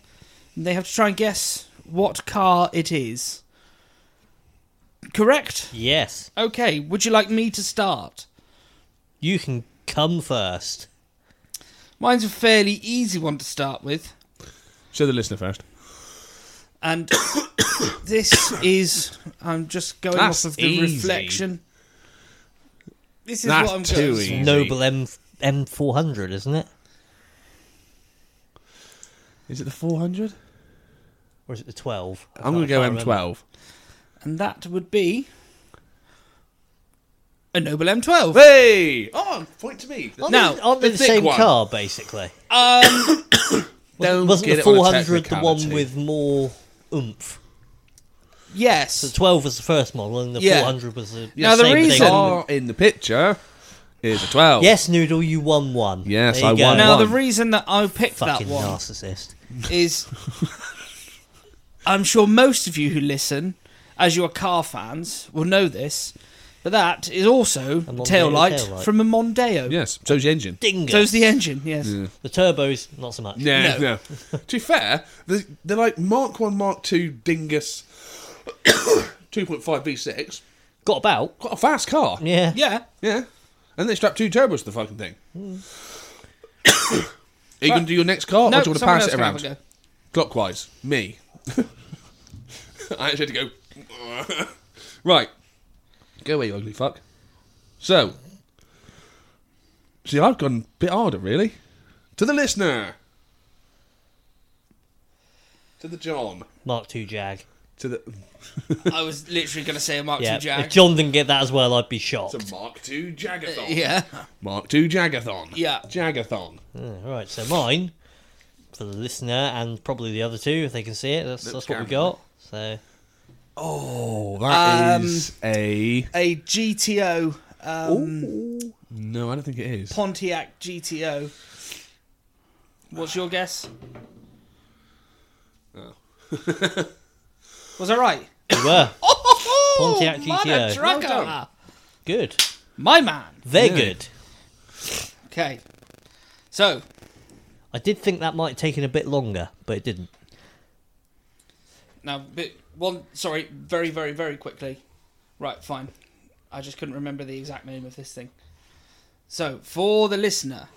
S3: and they have to try and guess what car it is. Correct?
S1: Yes,
S3: Okay, would you like me to start?
S1: you can come first.
S3: Mine's a fairly easy one to start with,
S2: Show the listener first. <coughs>
S3: and this is. I'm just going
S2: That's
S3: off of the
S2: easy.
S3: reflection. This is
S2: That's
S3: what I'm
S2: too
S3: going.
S2: easy.
S1: Noble M M four hundred, isn't it?
S2: Is it the 400?
S1: Or is it the twelve?
S2: I'm going to go M12.
S3: and that would be a Noble M12.
S2: Hey! Oh, point to me.
S1: Now,
S3: Now,
S1: aren't they
S2: the
S1: the
S2: thick
S1: same
S2: one.
S1: car basically?
S2: Don't
S1: Wasn't
S2: get
S1: the
S2: it on a
S1: four hundred the one
S2: technicality.
S1: with more oomph? The
S3: Yes,
S1: twelve was the first model, and the
S3: Yeah.
S1: four hundred was the
S3: Now, the
S1: same
S3: reason-
S1: Thing. Oh.
S2: Car in the picture is a 12.
S1: Yes, Noodle, you won one.
S2: Yes,
S1: There you
S2: I
S1: go.
S2: won
S3: now
S2: one.
S3: the reason that I picked
S1: Fucking
S3: that one
S1: narcissist.
S2: <laughs>
S3: is I'm sure most of you who listen, as you are car fans, will know this, but that is also the
S1: Mondeo
S3: tail light
S1: taillight.
S3: from a Mondeo.
S2: Yes, so's the engine.
S1: Dingo.
S3: So is the engine, yes.
S1: the turbos, not so much.
S2: Yeah,
S3: No.
S2: no.
S1: <laughs>
S2: to be fair, they're, <coughs> they're like Mark 1, Mark 2 dingus 2.5 V6.
S1: got about.
S2: Got a fast car.
S1: Yeah.
S3: Yeah.
S2: Yeah. And they strapped two turbos to the fucking
S3: <coughs>
S2: thing. Are you going to do your next car, or do you want to
S3: someone
S2: pass
S3: else
S2: it
S3: can have
S2: around?
S3: a go.
S2: Clockwise. Me. <laughs> I actually had to go. <laughs> right. Go away, you ugly fuck. So. See, I've gone a bit harder, really. To the listener. To the John.
S1: Mark II Jag.
S2: To the.
S3: I was literally going to say a Mark
S1: Yeah.
S3: II Jag.
S1: If John didn't get that as well, I'd be shocked.
S2: To Mark II Jagathon.
S3: <laughs> Uh, yeah.
S2: Mark II Jagathon.
S3: Yeah.
S2: Jagathon.
S1: Yeah, right. So mine for the listener and probably the other two if they can see it. That's, that's what we
S2: camera.
S1: got. So
S2: Oh, that
S3: Um,
S2: is a. Mm.
S3: A GTO, um,
S2: No, I don't think it is.
S3: Pontiac GTO. What's your guess? Oh. <laughs> was I right?
S1: we were
S2: Oh,
S1: Pontiac
S3: Oh, Man, a
S1: GTO.
S3: trucker.
S2: Well done.
S1: good.
S3: My man.
S1: They're
S2: Yeah.
S1: good.
S3: Okay. So,
S1: I did think that might have taken a bit longer, but it didn't.
S3: now, bit, one, sorry, very, very, very quickly. Right, fine. I just couldn't remember the exact name of this thing. So, for the listener,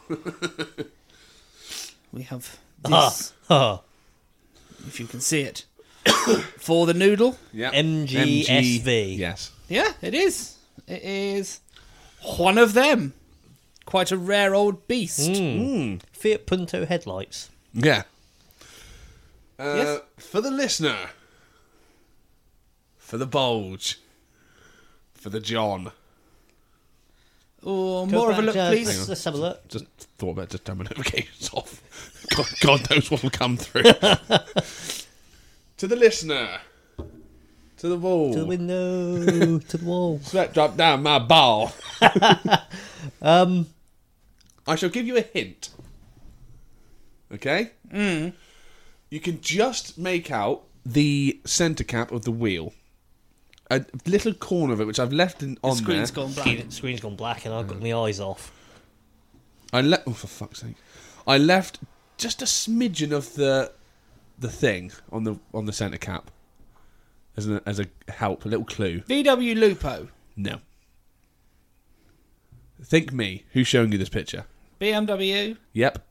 S3: we have this,
S1: Ah, ah,
S3: if you can see it. <coughs> for the noodle.
S2: Yeah.
S1: MGSV.
S2: Yes.
S3: Yeah, it is. It is one of them. Quite a rare old beast.
S1: Fiat Punto headlights.
S2: Yeah. Uh,
S3: Yes?
S2: For the listener, for the bulge, for the John.
S3: Oh,
S1: Go
S3: more of a
S1: back,
S3: look,
S1: uh,
S3: please.
S1: Let's, let's have a look.
S2: Just thought about just turn my <laughs> notifications off. God, God knows what will come <laughs> through. to the listener, to the wall,
S1: To the window, <laughs> to the wall.
S2: slept up down my ball. um, I shall give you a hint. Okay. Mm. You can just make out the centre cap of the wheel, a little corner of it, which I've left in, on there.
S3: Screen's gone black.
S1: Screen- Screen's gone black and I've got my eyes off.
S2: I left. Oh, for fuck's sake! I left just a smidgen of the the thing on the on the centre cap as a, as a help, a little clue.
S3: VW Lupo,
S2: No. Think me. Who's showing you this picture?
S3: BMW.
S2: Yep.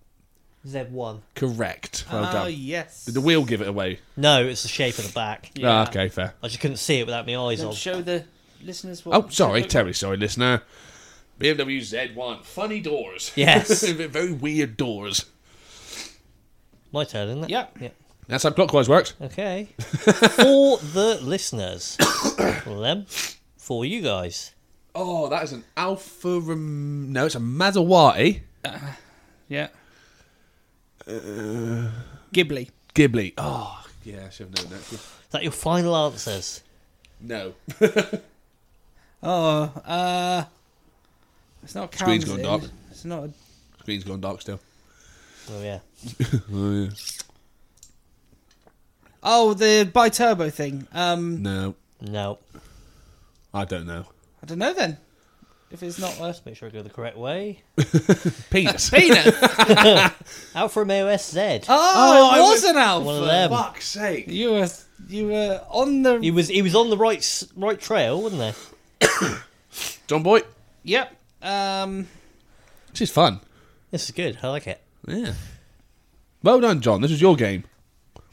S1: Z1.
S2: Correct. Well
S3: Ah,
S2: done.
S3: yes.
S2: Did the wheel give it away?
S1: No, it's the shape of the back.
S3: Yeah.
S2: Ah, okay, fair.
S1: I just couldn't see it without my eyes
S3: Don't
S1: on.
S3: show the listeners what.
S2: Oh, sorry,
S3: Terry.
S2: terribly sorry, listener. BMW Z1. Funny doors.
S1: Yes.
S2: <laughs> Very weird doors.
S1: My turn, isn't it?
S3: Yeah.
S1: yeah.
S2: That's how clockwise works.
S1: <laughs> Okay. for the listeners. <coughs> for them. For you guys.
S2: Oh, that is an Alfa Rom- No, it's a Maserati
S3: Yeah. Ghibli.
S2: Ghibli. Oh, yeah, I should have known that.
S1: Is that your final answers?
S2: No.
S3: Oh, uh. It's not a
S2: Screen's
S3: Cam's
S2: gone
S3: in.
S2: dark.
S3: It's not a.
S2: Green's gone dark <laughs> still.
S1: Oh, yeah.
S2: Oh, yeah.
S3: Oh, the bi turbo thing. Um,
S2: No,
S1: No.
S2: I don't know.
S3: I don't know then. If it's not a.
S1: Let's make sure I go the correct way.
S2: <laughs> Penis.
S3: <laughs> Peanut!
S1: Alfa Romeo SZ.
S3: Oh,
S2: I
S3: it
S2: was-
S3: was an alpha.
S1: One of them.
S2: Fuck's sake.
S3: You were you were on the
S1: He was he was on the right s- right trail, wasn't he?
S2: John Boy,
S3: yep. Um,
S2: this is fun.
S1: This is good. I like it.
S2: Yeah. Well done, John. This is your game.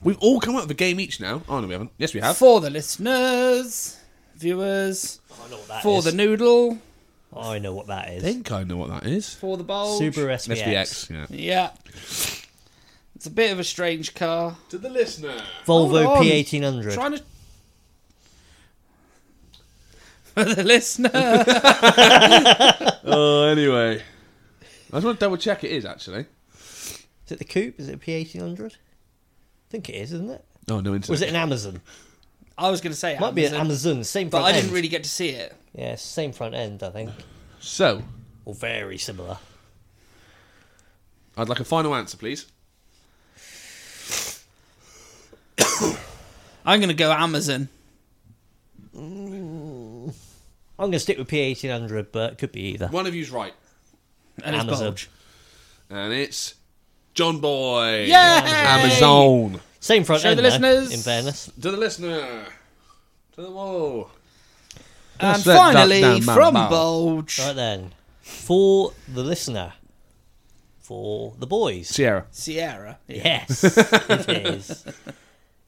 S2: We've all come up with a game each now. Oh, no, we haven't. Yes, we have.
S3: for the listeners, viewers,
S1: I know what that
S3: for
S1: is.
S3: the noodle,
S1: I know what that is.
S2: I think I know what that is.
S3: for the bowl.
S1: Super SVX.
S2: SBX. Yeah.
S3: Yeah, it's a bit of a strange car. <laughs>
S2: To the listener.
S1: Volvo
S3: Hold on.
S1: P1800.
S3: Trying to for the listener. <laughs>
S2: Oh, anyway. I just want to double check it is, actually.
S1: Is it the coupe? Is it a P1800? I think it is, isn't it?
S2: Oh, no
S1: Or is
S2: internet.
S1: it an Amazon?
S3: I was going to say
S1: Might be an
S3: Amazon,
S1: Amazon. Same
S3: but
S1: front
S3: I
S1: end.
S3: didn't really get to see it.
S1: Yeah, same front end, I think.
S2: So,
S1: Or very similar.
S2: I'd like a final answer, please.
S3: I'm going to go Amazon.
S1: I'm going to stick with P1800, but it could be either.
S2: One of you's right.
S3: And it's
S1: Amazon.
S3: bulge.
S2: And it's John Boy.
S3: Yay!
S2: Amazon.
S1: Same front
S3: Show
S1: end,
S3: the
S1: though,
S3: listeners.
S1: in fairness.
S2: To the listener. To the wall.
S3: And
S2: That's that- that-
S3: finally,
S2: that man
S3: from
S2: mouth.
S3: Bulge,
S1: Right then, for the listener, for the boys.
S2: Sierra.
S3: Sierra. Yeah.
S1: Yes, it is.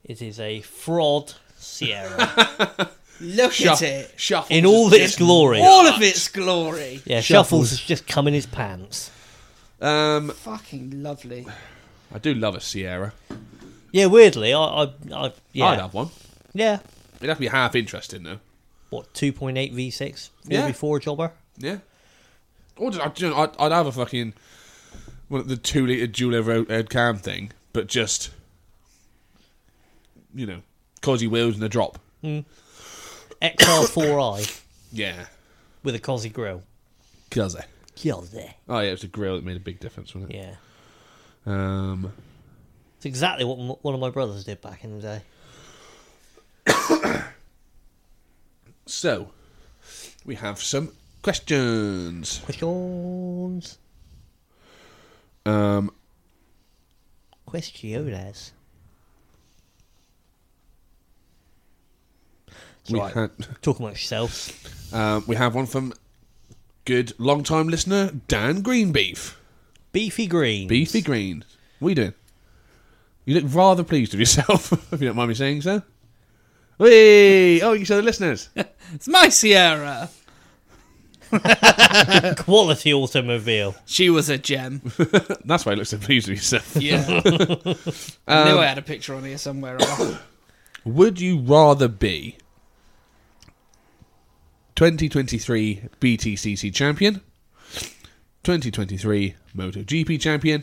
S1: It is a fraud Sierra
S3: Look
S2: Shuff-
S3: at it.
S2: Shuffle.
S1: in all its glory.
S3: All of its glory.
S1: Yeah,
S2: Shuffles.
S1: Shuffles has just come in his pants.
S2: Um,
S3: Fucking lovely.
S2: I do love a Sierra.
S1: Yeah, weirdly, I, I, I yeah,
S2: I'd have one.
S1: yeah.
S2: It'd have to be half interesting though.
S1: What two point eight V six?
S2: Yeah.
S1: before jobber.
S2: Yeah. Or just, I'd, do you know, I'd, I'd have a fucking well, the two liter dual overhead uh, cam thing, but just you know, cosy wheels and a drop.
S1: XR four I
S2: Yeah.
S1: with a cosy grill.
S2: Cosy.
S1: Kill there.
S2: Oh yeah, it was the grill that made a big difference, wasn't it?
S1: Yeah,
S2: Um,
S1: it's exactly what m- one of my brothers did back in the day.
S2: so we have some questions.
S1: Questions.
S2: Um,
S1: Questiones. It's
S2: we
S1: all right.
S2: had-
S1: Talk amongst yourselves.
S2: Um, we have one from good long-time listener Dan Greenbeef.
S1: Beefy green.
S2: Beefy Green. What are you doing? You look rather pleased with yourself, <laughs> if you don't mind me saying so. Hey! Oh, you said the <laughs> listeners.
S3: It's my Sierra.
S1: <laughs> Quality automobile.
S3: She was a gem.
S1: <laughs>
S2: That's why you look so pleased with yourself.
S3: Yeah. I
S1: Um,
S3: knew I had a picture on here somewhere. or other.
S2: <laughs> Would you rather be 2023 BTCC champion, 2023 MotoGP champion,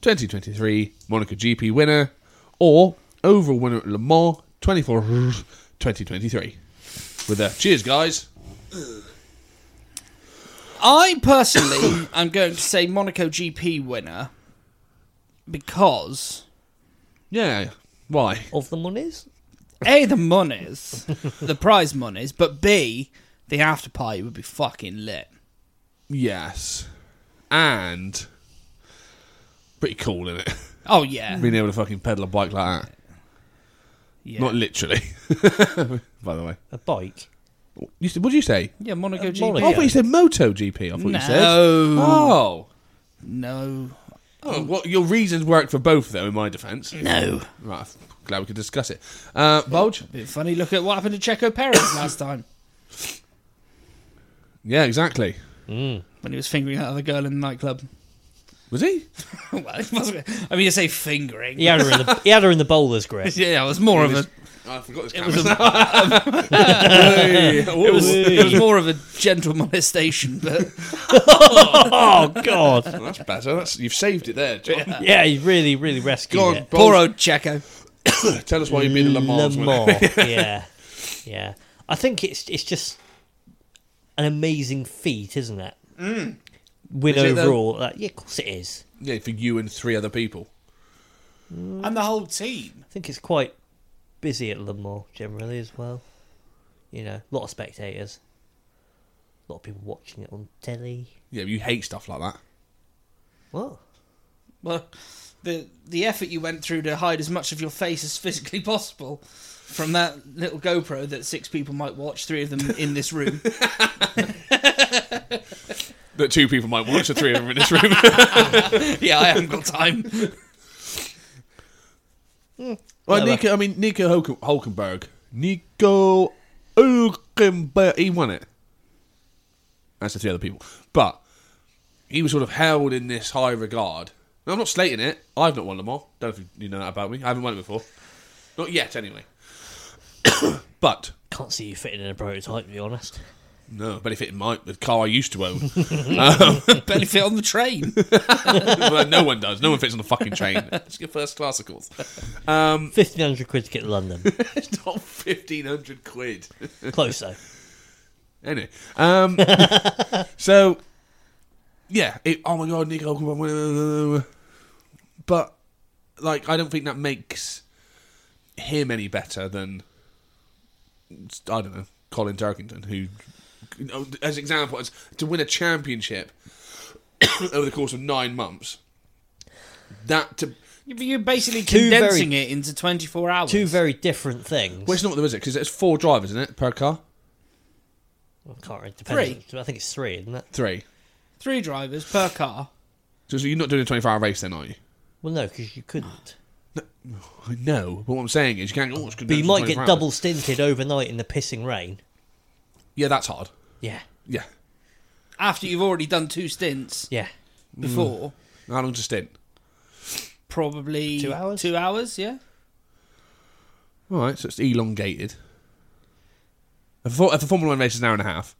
S2: 2023 Monaco GP winner, or overall winner at Le Mans 24 2023? With a cheers, guys.
S3: I personally <coughs> am going to say Monaco GP winner because
S2: Yeah. Why?
S1: Of the monies?
S3: A, the <laughs> monies, the prize monies, but B, the after party would be fucking lit.
S2: Yes. And pretty cool, isn't it? <laughs>
S3: Oh, yeah.
S2: Being able to fucking pedal a bike like that.
S3: Yeah,
S2: Not literally. <laughs> By the way.
S1: A bike?
S2: You said, what did you say?
S3: yeah Monaco
S1: Uh,
S3: GP.
S1: Monaco.
S2: Oh, I thought you said Moto GP. I thought you said.
S3: No.
S2: Oh.
S3: No.
S2: Oh, well, your reasons worked for both, though, in my defence.
S3: No.
S2: Right, I'm glad we could discuss it. Uh, Bulge?
S3: Bit funny. Look at what happened to Checo Perez <coughs> last time
S2: Yeah, exactly.
S3: when he was fingering that other girl in the nightclub. <laughs>
S2: Was he?
S3: well, it wasn't. I mean, you say fingering.
S1: He had her in the, he had her in the bowler's
S2: <laughs>
S1: grip.
S3: Yeah, it was more of
S2: was-
S3: a
S2: Oh, I forgot his
S3: it was
S2: camera.
S3: a
S2: <laughs> Hey,
S3: <laughs> it was,
S2: oh,
S3: it was more of a gentle <laughs> molestation, but
S1: Oh, God.
S2: That's better. That's, you've saved it there, John.
S1: Yeah, he really, really rescued
S2: Go on,
S1: it.
S3: poor
S2: Bulge.
S3: old
S2: <coughs>
S3: Checo.
S2: Tell us why you've been in Le Mans.
S1: Le
S2: winner.
S1: Mans,
S2: <laughs>
S1: yeah, yeah. I think it's it's just an amazing feat, isn't it? Mm. Win
S2: Is it though?
S1: overall, like, yeah, of course it is.
S2: Yeah, for you and three other people.
S3: and the whole team.
S1: I think it's quite busy at Le Mans generally as well. You know, a lot of spectators, a lot of people watching it on telly.
S2: Yeah, you hate stuff like that.
S1: What?
S3: Well, the the effort you went through to hide as much of your face as physically possible from that little GoPro that six people might watch, three of them in
S1: <laughs>
S3: this room.
S2: That two people might watch, the three of them in this room.
S3: yeah, I haven't got time. <laughs>
S2: well,
S1: Whatever.
S2: Nico, I mean, Nico Hulken, Hulkenberg. Nico Hulkenberg, he won it. That's the three other people. But he was sort of held in this high regard. Now, I'm not slating it. I've not won them all. Don't know if you- you know that about me. I haven't won it before. Not yet, anyway. <coughs> but
S1: Can't see you fitting in a prototype, to be honest.
S2: no, but if it might, the car I used to own. <laughs>
S3: Barely fit on the train.
S2: well, no one does. No one fits on the fucking train. It's your first classicals. Um,
S1: Fifteen hundred quid to get to
S2: <laughs>
S1: London.
S2: it's not fifteen hundred quid.
S1: Close though.
S2: Anyway, um, <laughs> so yeah. It, oh my god, Nico Hulkenberg. But like, I don't think that makes him any better than I don't know Colin Turkington, who, as example, as to win a championship <coughs> over the course of nine months. That to
S3: You're basically
S1: Two very-
S3: condensing it into 24 hours.
S1: Two very different things.
S2: Well, it's not though, is it? Because it's four drivers, isn't it, per car?
S1: I can't really depend.
S3: Three.
S1: I think it's three, isn't it?
S2: Three.
S3: Three drivers per car.
S2: So, so you're not doing a 24 hour race then, are you?
S1: Well, no, because you couldn't.
S2: No. But what I'm saying is, you can't. Oh, it's
S1: But you might get double stinted overnight in the pissing rain.
S2: Yeah, that's hard.
S1: Yeah,
S2: Yeah.
S3: After you've already done two stints
S1: yeah. Mm.
S3: before,
S2: How long's a stint?
S3: probably
S1: Two hours?
S3: Two hours, yeah.
S2: All right, so it's elongated. If a, for- if a Formula One race is an hour and a half,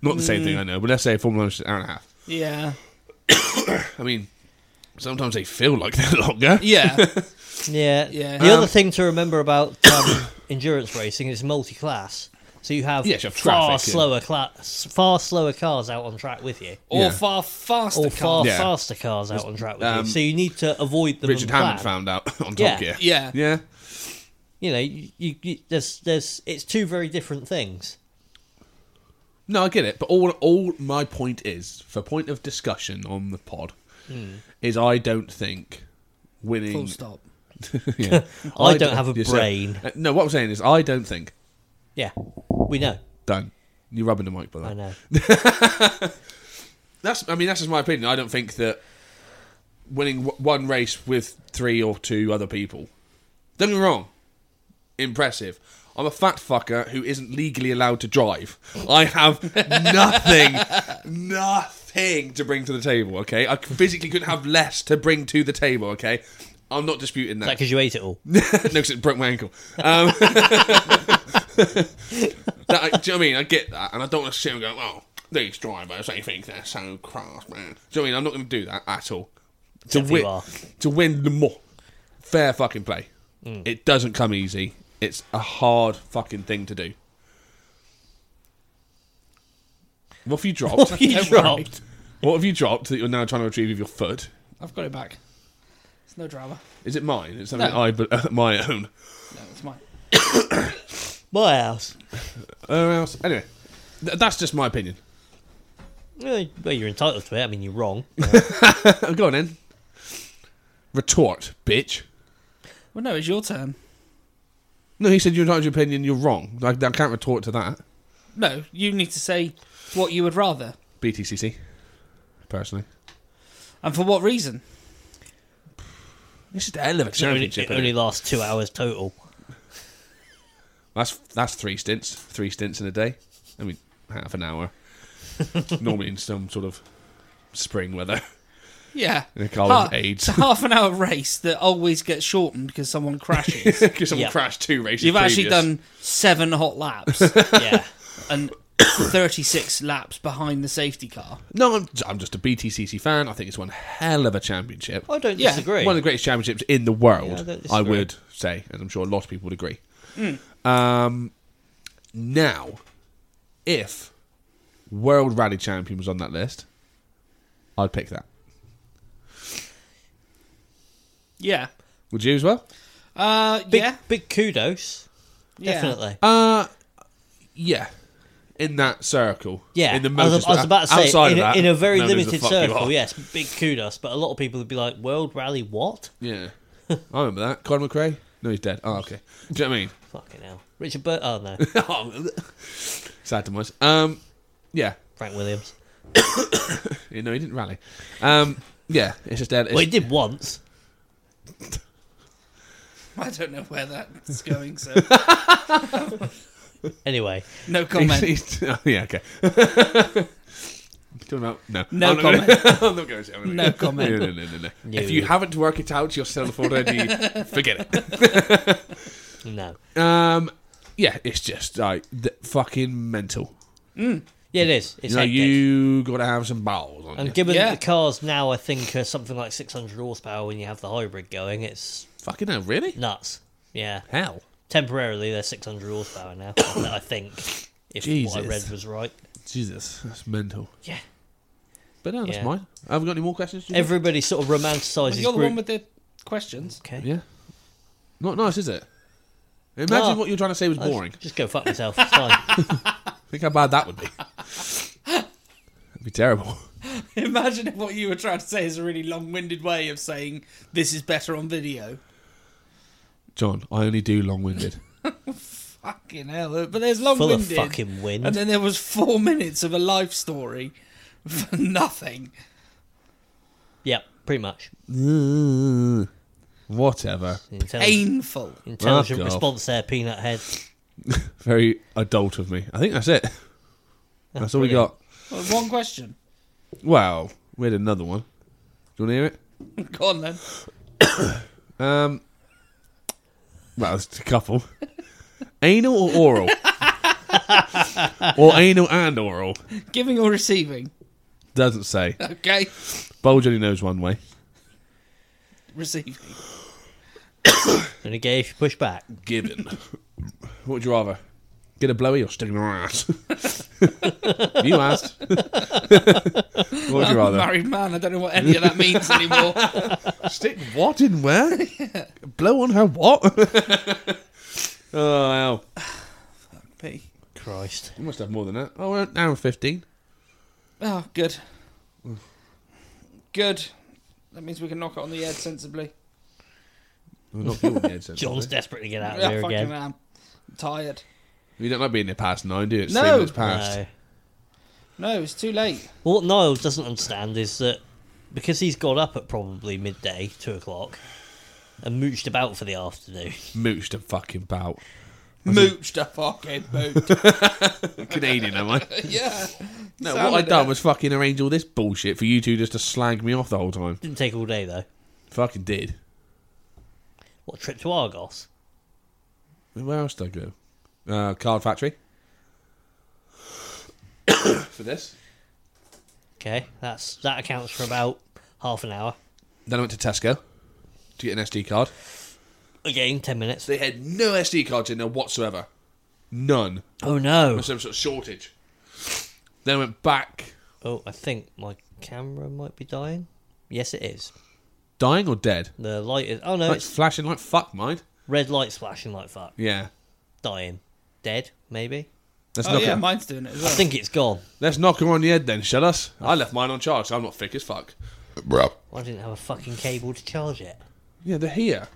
S2: not the same thing, I know, but let's say a Formula One is an hour and a half.
S3: Yeah.
S2: I mean, sometimes they feel like they're longer.
S3: Yeah.
S1: <laughs> Yeah.
S3: Yeah.
S1: The
S3: Um,
S1: other thing to remember about um, <coughs> endurance racing is multi-class. So you have,
S2: Yes, you have
S1: far
S2: traffic, yeah.
S1: slower class, far slower cars out on track with you,
S3: or
S2: Yeah.
S3: far faster
S1: or
S3: car.
S1: far
S2: Yeah.
S1: faster cars out on track with
S2: um,
S1: you. So you need to avoid them. and
S2: Richard Hammond
S1: plan.
S2: found out <laughs> on Top
S1: Yeah.
S2: Gear.
S3: Yeah.
S2: Yeah.
S1: You know, you, you, you, there's there's it's two very different things.
S2: No, I get it. But all all my point is, for point of discussion on the pod, is I don't think winning.
S3: Full stop.
S2: Yeah.
S1: <laughs> I don't have a
S2: yeah, so-
S1: brain.
S2: uh, no, what I'm saying is, I don't think.
S1: Yeah, we know.
S2: Done. You're rubbing the mic, by
S1: I
S2: that.
S1: know.
S2: That's. I mean, that's just my opinion. I don't think that winning w- one race with three or two other people. Don't get me wrong. Impressive. I'm a fat fucker who isn't legally allowed to drive.
S1: <laughs>
S2: I have nothing, nothing to bring to the table. Okay, I physically couldn't have less to bring to the table. Okay, I'm not disputing
S1: Is that
S2: that.
S1: because you ate it all?
S2: no, <laughs> because it broke my ankle. Um, <laughs> that, I, Um, do you know what I mean? I get that, and I don't want to sit and go, "Oh, these drivers, they think they're so crass, man." Do you know what I mean? I'm not going to do that at all. To
S1: Except you
S2: win,
S1: are. <laughs>
S2: to win the more fair fucking play.
S1: Mm.
S2: It doesn't come easy. It's a hard fucking thing to do.
S1: <laughs>
S2: What have you dropped?
S1: You
S3: Don't worry.
S1: dropped.
S2: what have you dropped that you're now trying to retrieve with your foot?
S3: I've got it back. It's no drama.
S2: Is it mine? It's something
S3: No.
S2: I, but uh, <laughs> my own.
S3: No, it's mine.
S1: My house.
S2: Uh, else- anyway, th- that's just my opinion.
S1: Eh, Well, you're entitled to it. I mean, you're wrong.
S2: Oh, go on then. Retort, bitch.
S3: Well, no, it's your turn.
S2: No, he said you're entitled to your opinion. You're wrong. I, I can't retort to that.
S3: No, you need to say what you would rather
S2: BTCC, personally.
S3: and for what reason.
S2: This is the hell of a
S1: It only,
S2: championship.
S1: it only
S2: isn't it?
S1: lasts two hours
S2: <laughs>
S1: total.
S2: That's that's three stints. Three stints in a day. I mean, half an <laughs> hour. Normally in some sort of spring weather. <laughs>
S3: Yeah.
S2: In a car with
S3: Ha-
S2: AIDS.
S3: It's a half an hour race that always gets shortened because someone
S2: <laughs>
S3: crashes.
S2: Because someone
S1: Yeah.
S2: crashed two races.
S3: You've actually
S2: previous.
S3: done seven
S2: <laughs>
S3: hot laps
S1: Yeah.
S3: and 36 laps behind the safety car.
S2: No, I'm, I'm just a BTCC fan. I think it's one hell of a championship.
S1: I don't
S3: Yeah,
S1: disagree.
S2: One of the greatest championships in the world,
S1: Yeah, I don't
S2: I,
S1: disagree.
S2: would say, and I'm sure a lot of people would agree.
S1: Mm.
S2: Um, now, if World Rally Champion was on that list, I'd pick that.
S3: Yeah.
S2: Would you as well?
S3: Uh,
S1: Big,
S3: yeah.
S1: big kudos.
S3: Yeah.
S1: Definitely.
S2: Uh, yeah. In that circle,
S1: Yeah,
S2: In the
S1: I, was, I was
S2: motorsport-
S1: about to
S2: outside
S1: say,
S2: of
S1: in,
S2: that,
S1: a, in a very
S2: no one knows the
S1: limited
S2: fuck you
S1: circle,
S2: are.
S1: yes, big kudos. But a lot of people would be like, World Rally, what?
S2: yeah. I remember that. Conor McRae? No, he's dead. Oh, okay. Do you know what I mean?
S1: Fucking hell. Richard Burt, oh
S2: <laughs>
S1: no,
S2: Sad to miss. Um, yeah.
S1: Frank Williams.
S2: Yeah, no, he didn't rally. Um, yeah, it's just dead. It's,
S1: Well, he did once.
S3: I don't know where that's going, so
S1: Anyway,
S3: no comment.
S2: he's- he's- <laughs> oh, yeah, okay. Talking about no,
S3: No
S2: I'm not gonna- <laughs>
S3: comment.
S2: I'm not going to say. I'm not
S3: No
S2: gonna-
S3: comment.
S2: No, no, no, no, no.
S1: No.
S2: If you haven't worked it out yourself already, forget it.
S1: no.
S2: Um, yeah, it's just like th- fucking mental.
S1: Yeah, it is. It's
S2: you know,
S1: hectic.
S2: you got to have some bowels on
S1: And
S2: you.
S1: given
S3: Yeah.
S1: that the cars now, I think, are something like 600 horsepower when you have the hybrid going, it's
S2: Fucking hell, really?
S1: nuts. Yeah.
S2: Hell,
S1: Temporarily, they're 600 horsepower now, <coughs> I think, if what
S2: Jesus.
S1: I read was right.
S2: Jesus, that's mental.
S1: Yeah.
S2: But no, that's
S1: Yeah.
S2: mine. Have we got any more questions? do you think?
S1: Everybody sort of romanticizes
S3: You're the
S1: group-
S3: one with the questions. <laughs>
S1: Okay.
S2: yeah, not nice, is it? Imagine
S1: Ah.
S2: what you were trying to say was
S1: I'll just-
S2: boring.
S1: Just go fuck myself. It's
S3: <laughs>
S1: fine.
S2: Think how bad that would be. It'd be terrible.
S3: Imagine if what you were trying to say is a really long winded way of saying this is better on video.
S2: John, I only do long winded.
S3: fucking hell. But there's long
S1: Full of
S3: winded.
S1: fucking wind.
S3: And then there was four <laughs> minutes of a life story for nothing.
S1: yeah, pretty much.
S2: Whatever.
S1: Intelligent,
S3: Painful.
S1: intelligent
S2: Fuck off.
S1: response there, Peanut Head.
S2: Very adult of me. I think that's it. That's all we
S1: brilliant.
S2: got.
S3: Well, one question. <laughs>
S2: Wow, we had another one. Do you want to hear it?
S3: Go on then.
S2: Um, well, it's a couple. anal or oral? or anal and oral?
S3: Giving or receiving?
S2: Doesn't say.
S3: Okay.
S2: Bulge only knows one way.
S3: Receiving.
S1: Only gay if you push back.
S2: Gibbon. <laughs> what would you rather? Get a blowy or stick in her ass? <laughs> you asked. what would you <laughs>
S3: I'm a
S2: rather?
S3: married man. I don't know what any of that means
S2: <laughs>
S3: anymore.
S2: Stick what in <laughs> where? Blow on her what? <laughs> oh, wow.
S3: P.
S1: Christ.
S2: You must have more than that. Oh, an hour and 15.
S3: Oh, good. Good. That means we can knock it on the head sensibly.
S2: Well, not you on the head, <laughs> so-
S1: John's desperate to get out of
S3: Yeah,
S1: there
S3: Ah, fucking
S1: again.
S3: am. I'm tired.
S2: You don't like being there past nine, do you? It's
S3: No.
S2: three minutes past.
S1: No.
S3: No, it's too late.
S1: Well, what Niall doesn't understand is that because he's got up at probably midday, two o'clock, and mooched about for the afternoon. <laughs>
S2: Mooched and fucking bout.
S3: Mooched a fucking boot. <laughs>
S2: Canadian, am <laughs> I?
S3: yeah.
S2: No,
S3: Sounded
S2: what I done
S3: it.
S2: was fucking arrange all this bullshit for you two just to slag me off the whole time.
S1: Didn't take all day though.
S2: Fucking did.
S1: What trip to Argos?
S2: Where else did I go? Uh, card factory. <coughs> for this.
S1: Okay, that's that accounts for about half an hour.
S2: Then I went to Tesco to get an SD card.
S1: Again, ten minutes.
S2: They had no SD cards in there whatsoever. None.
S1: Oh no!
S2: There's some sort of shortage. Then I went back.
S1: Oh, I think my camera might be dying. Yes, it is.
S2: Dying or dead?
S1: The light is. Oh no,
S2: That's
S1: it's
S2: flashing like fuck, mine.
S1: red lights flashing like fuck.
S2: Yeah.
S1: Dying, dead, maybe.
S2: Let's
S3: Oh,
S2: knock
S3: yeah,
S2: it.
S3: mine's doing it as
S1: I
S3: well.
S1: think it's gone.
S2: Let's knock her on the head then, shall us? I left mine on charge, so I'm not thick as fuck. Bro.
S1: I didn't have a fucking cable to charge it.
S2: Yeah, they're here.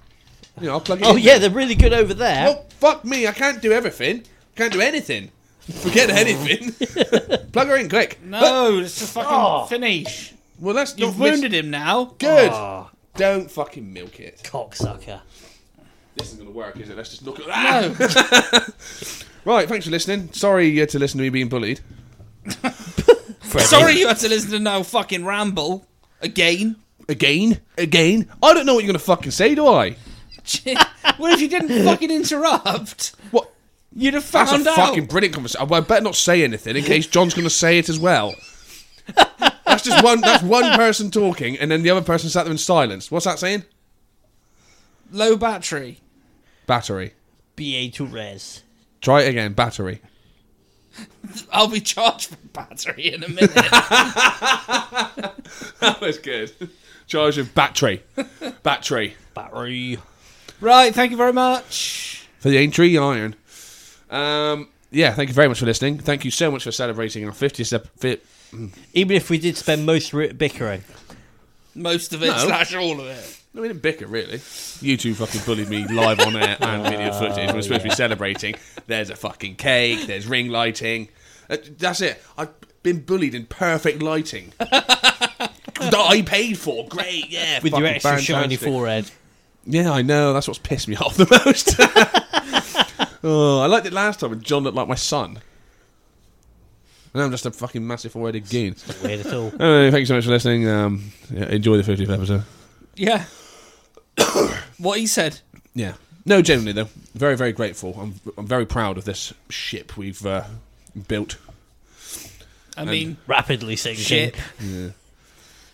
S2: You know, I'll plug it
S1: Oh
S2: in.
S1: yeah, they're really good over there.
S2: Oh, fuck me, I can't do everything. Can't do anything.
S3: <laughs>
S2: Forget anything. <laughs> plug her in quick.
S3: no, it's a fucking
S1: Oh.
S3: finish.
S2: Well, that's
S3: You've
S2: not miss-
S3: wounded him now.
S2: Good.
S1: Ah,
S2: Don't fucking milk it.
S1: cocksucker.
S2: This isn't going to work, is it? Let's just knock it.
S3: No. <laughs>
S2: Right, thanks for listening. Sorry you had to listen to me being bullied.
S3: Sorry you had to listen to no fucking ramble again. <laughs>
S2: Again? Again? I don't know what you're going to fucking say, do I?
S3: what if you didn't fucking interrupt?
S2: What?
S3: You'd have
S2: That's
S3: found
S2: a
S3: out.
S2: fucking brilliant conversation. I better not say anything in case John's going to say it as
S3: <laughs>
S2: well. that's just one. That's one person talking, and then the other person sat there in silence. What's that saying?
S3: Low battery.
S2: Battery.
S1: BA to res.
S2: Try it again. Battery.
S3: I'll be charged for battery in a minute. <laughs>
S2: <laughs> That was good. Charge of battery. Battery
S1: Battery.
S3: right, thank you very much.
S2: for the entry iron. Um. Yeah. Thank you very much for listening. Thank you so much for celebrating our 50th. ep- fi-
S1: Even if we did spend most of it bickering.
S3: Most of it,
S2: No.
S3: slash all of it.
S2: No, we didn't bicker, really. You two fucking bullied me live on air and video footage. We're supposed to be celebrating. There's a fucking cake. There's ring lighting. Uh, That's it. I've been bullied in perfect lighting <laughs> that I paid for. Great, yeah.
S1: With your
S2: fucking
S1: extra shiny
S2: fantastic.
S1: forehead.
S2: Yeah, I know. That's what's pissed me <laughs> off the most. oh, I liked it last time when John looked like my son. And I'm just a fucking massive foreheaded goon.
S1: Weird at all.
S2: Anyway, thank you so much for listening. Um, yeah, enjoy the 50th episode.
S3: Yeah. <coughs> what he said.
S2: Yeah. No, genuinely though, very very grateful. I'm I'm very proud of this ship we've uh, built.
S3: I mean,
S1: Rapidly sinking.
S3: shit.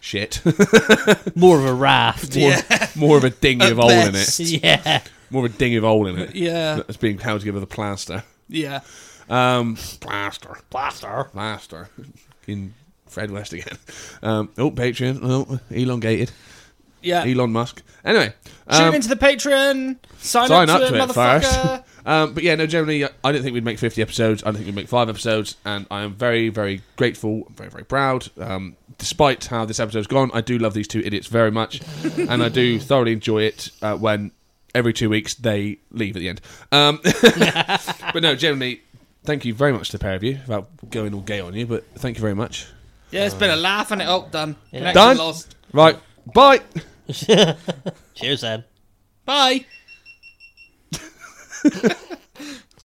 S2: Shit. <laughs>
S1: More of a raft.
S2: more, more of a dinghy
S3: At
S2: of hole in
S3: best.
S1: <laughs>
S2: it.
S1: yeah.
S2: More of a dinghy of hole in it.
S3: <laughs> Yeah.
S2: That's being held together with a plaster.
S3: Yeah.
S2: Um, plaster,
S1: Plaster.
S2: plaster. <laughs> In Fred West again. Um, oh, Patreon. Oh, elongated.
S3: Yeah.
S2: Elon Musk. Anyway.
S3: Uh, Tune
S2: um,
S3: into the Patreon. Sign,
S2: sign
S3: up, to it, motherfucker.
S2: first. <laughs> um, but yeah, no, generally, I I didn't think we'd make 50 episodes. I didn't think we'd make five episodes. And I am very, very grateful. I'm very, very proud. Um, despite
S3: <laughs>
S2: how this episode's gone, I do love these two idiots very much. and I do thoroughly enjoy it uh, when every two weeks they leave at the end.
S3: <laughs>
S2: Um, <laughs> but no, generally, thank you very much to the pair of you. Without going all gay on you, but thank you very much.
S3: <laughs> Yeah, it's been a laugh and it up. Done. Connection
S2: Done.
S3: lost.
S2: Right, bye.
S1: Cheers, then.
S3: Bye.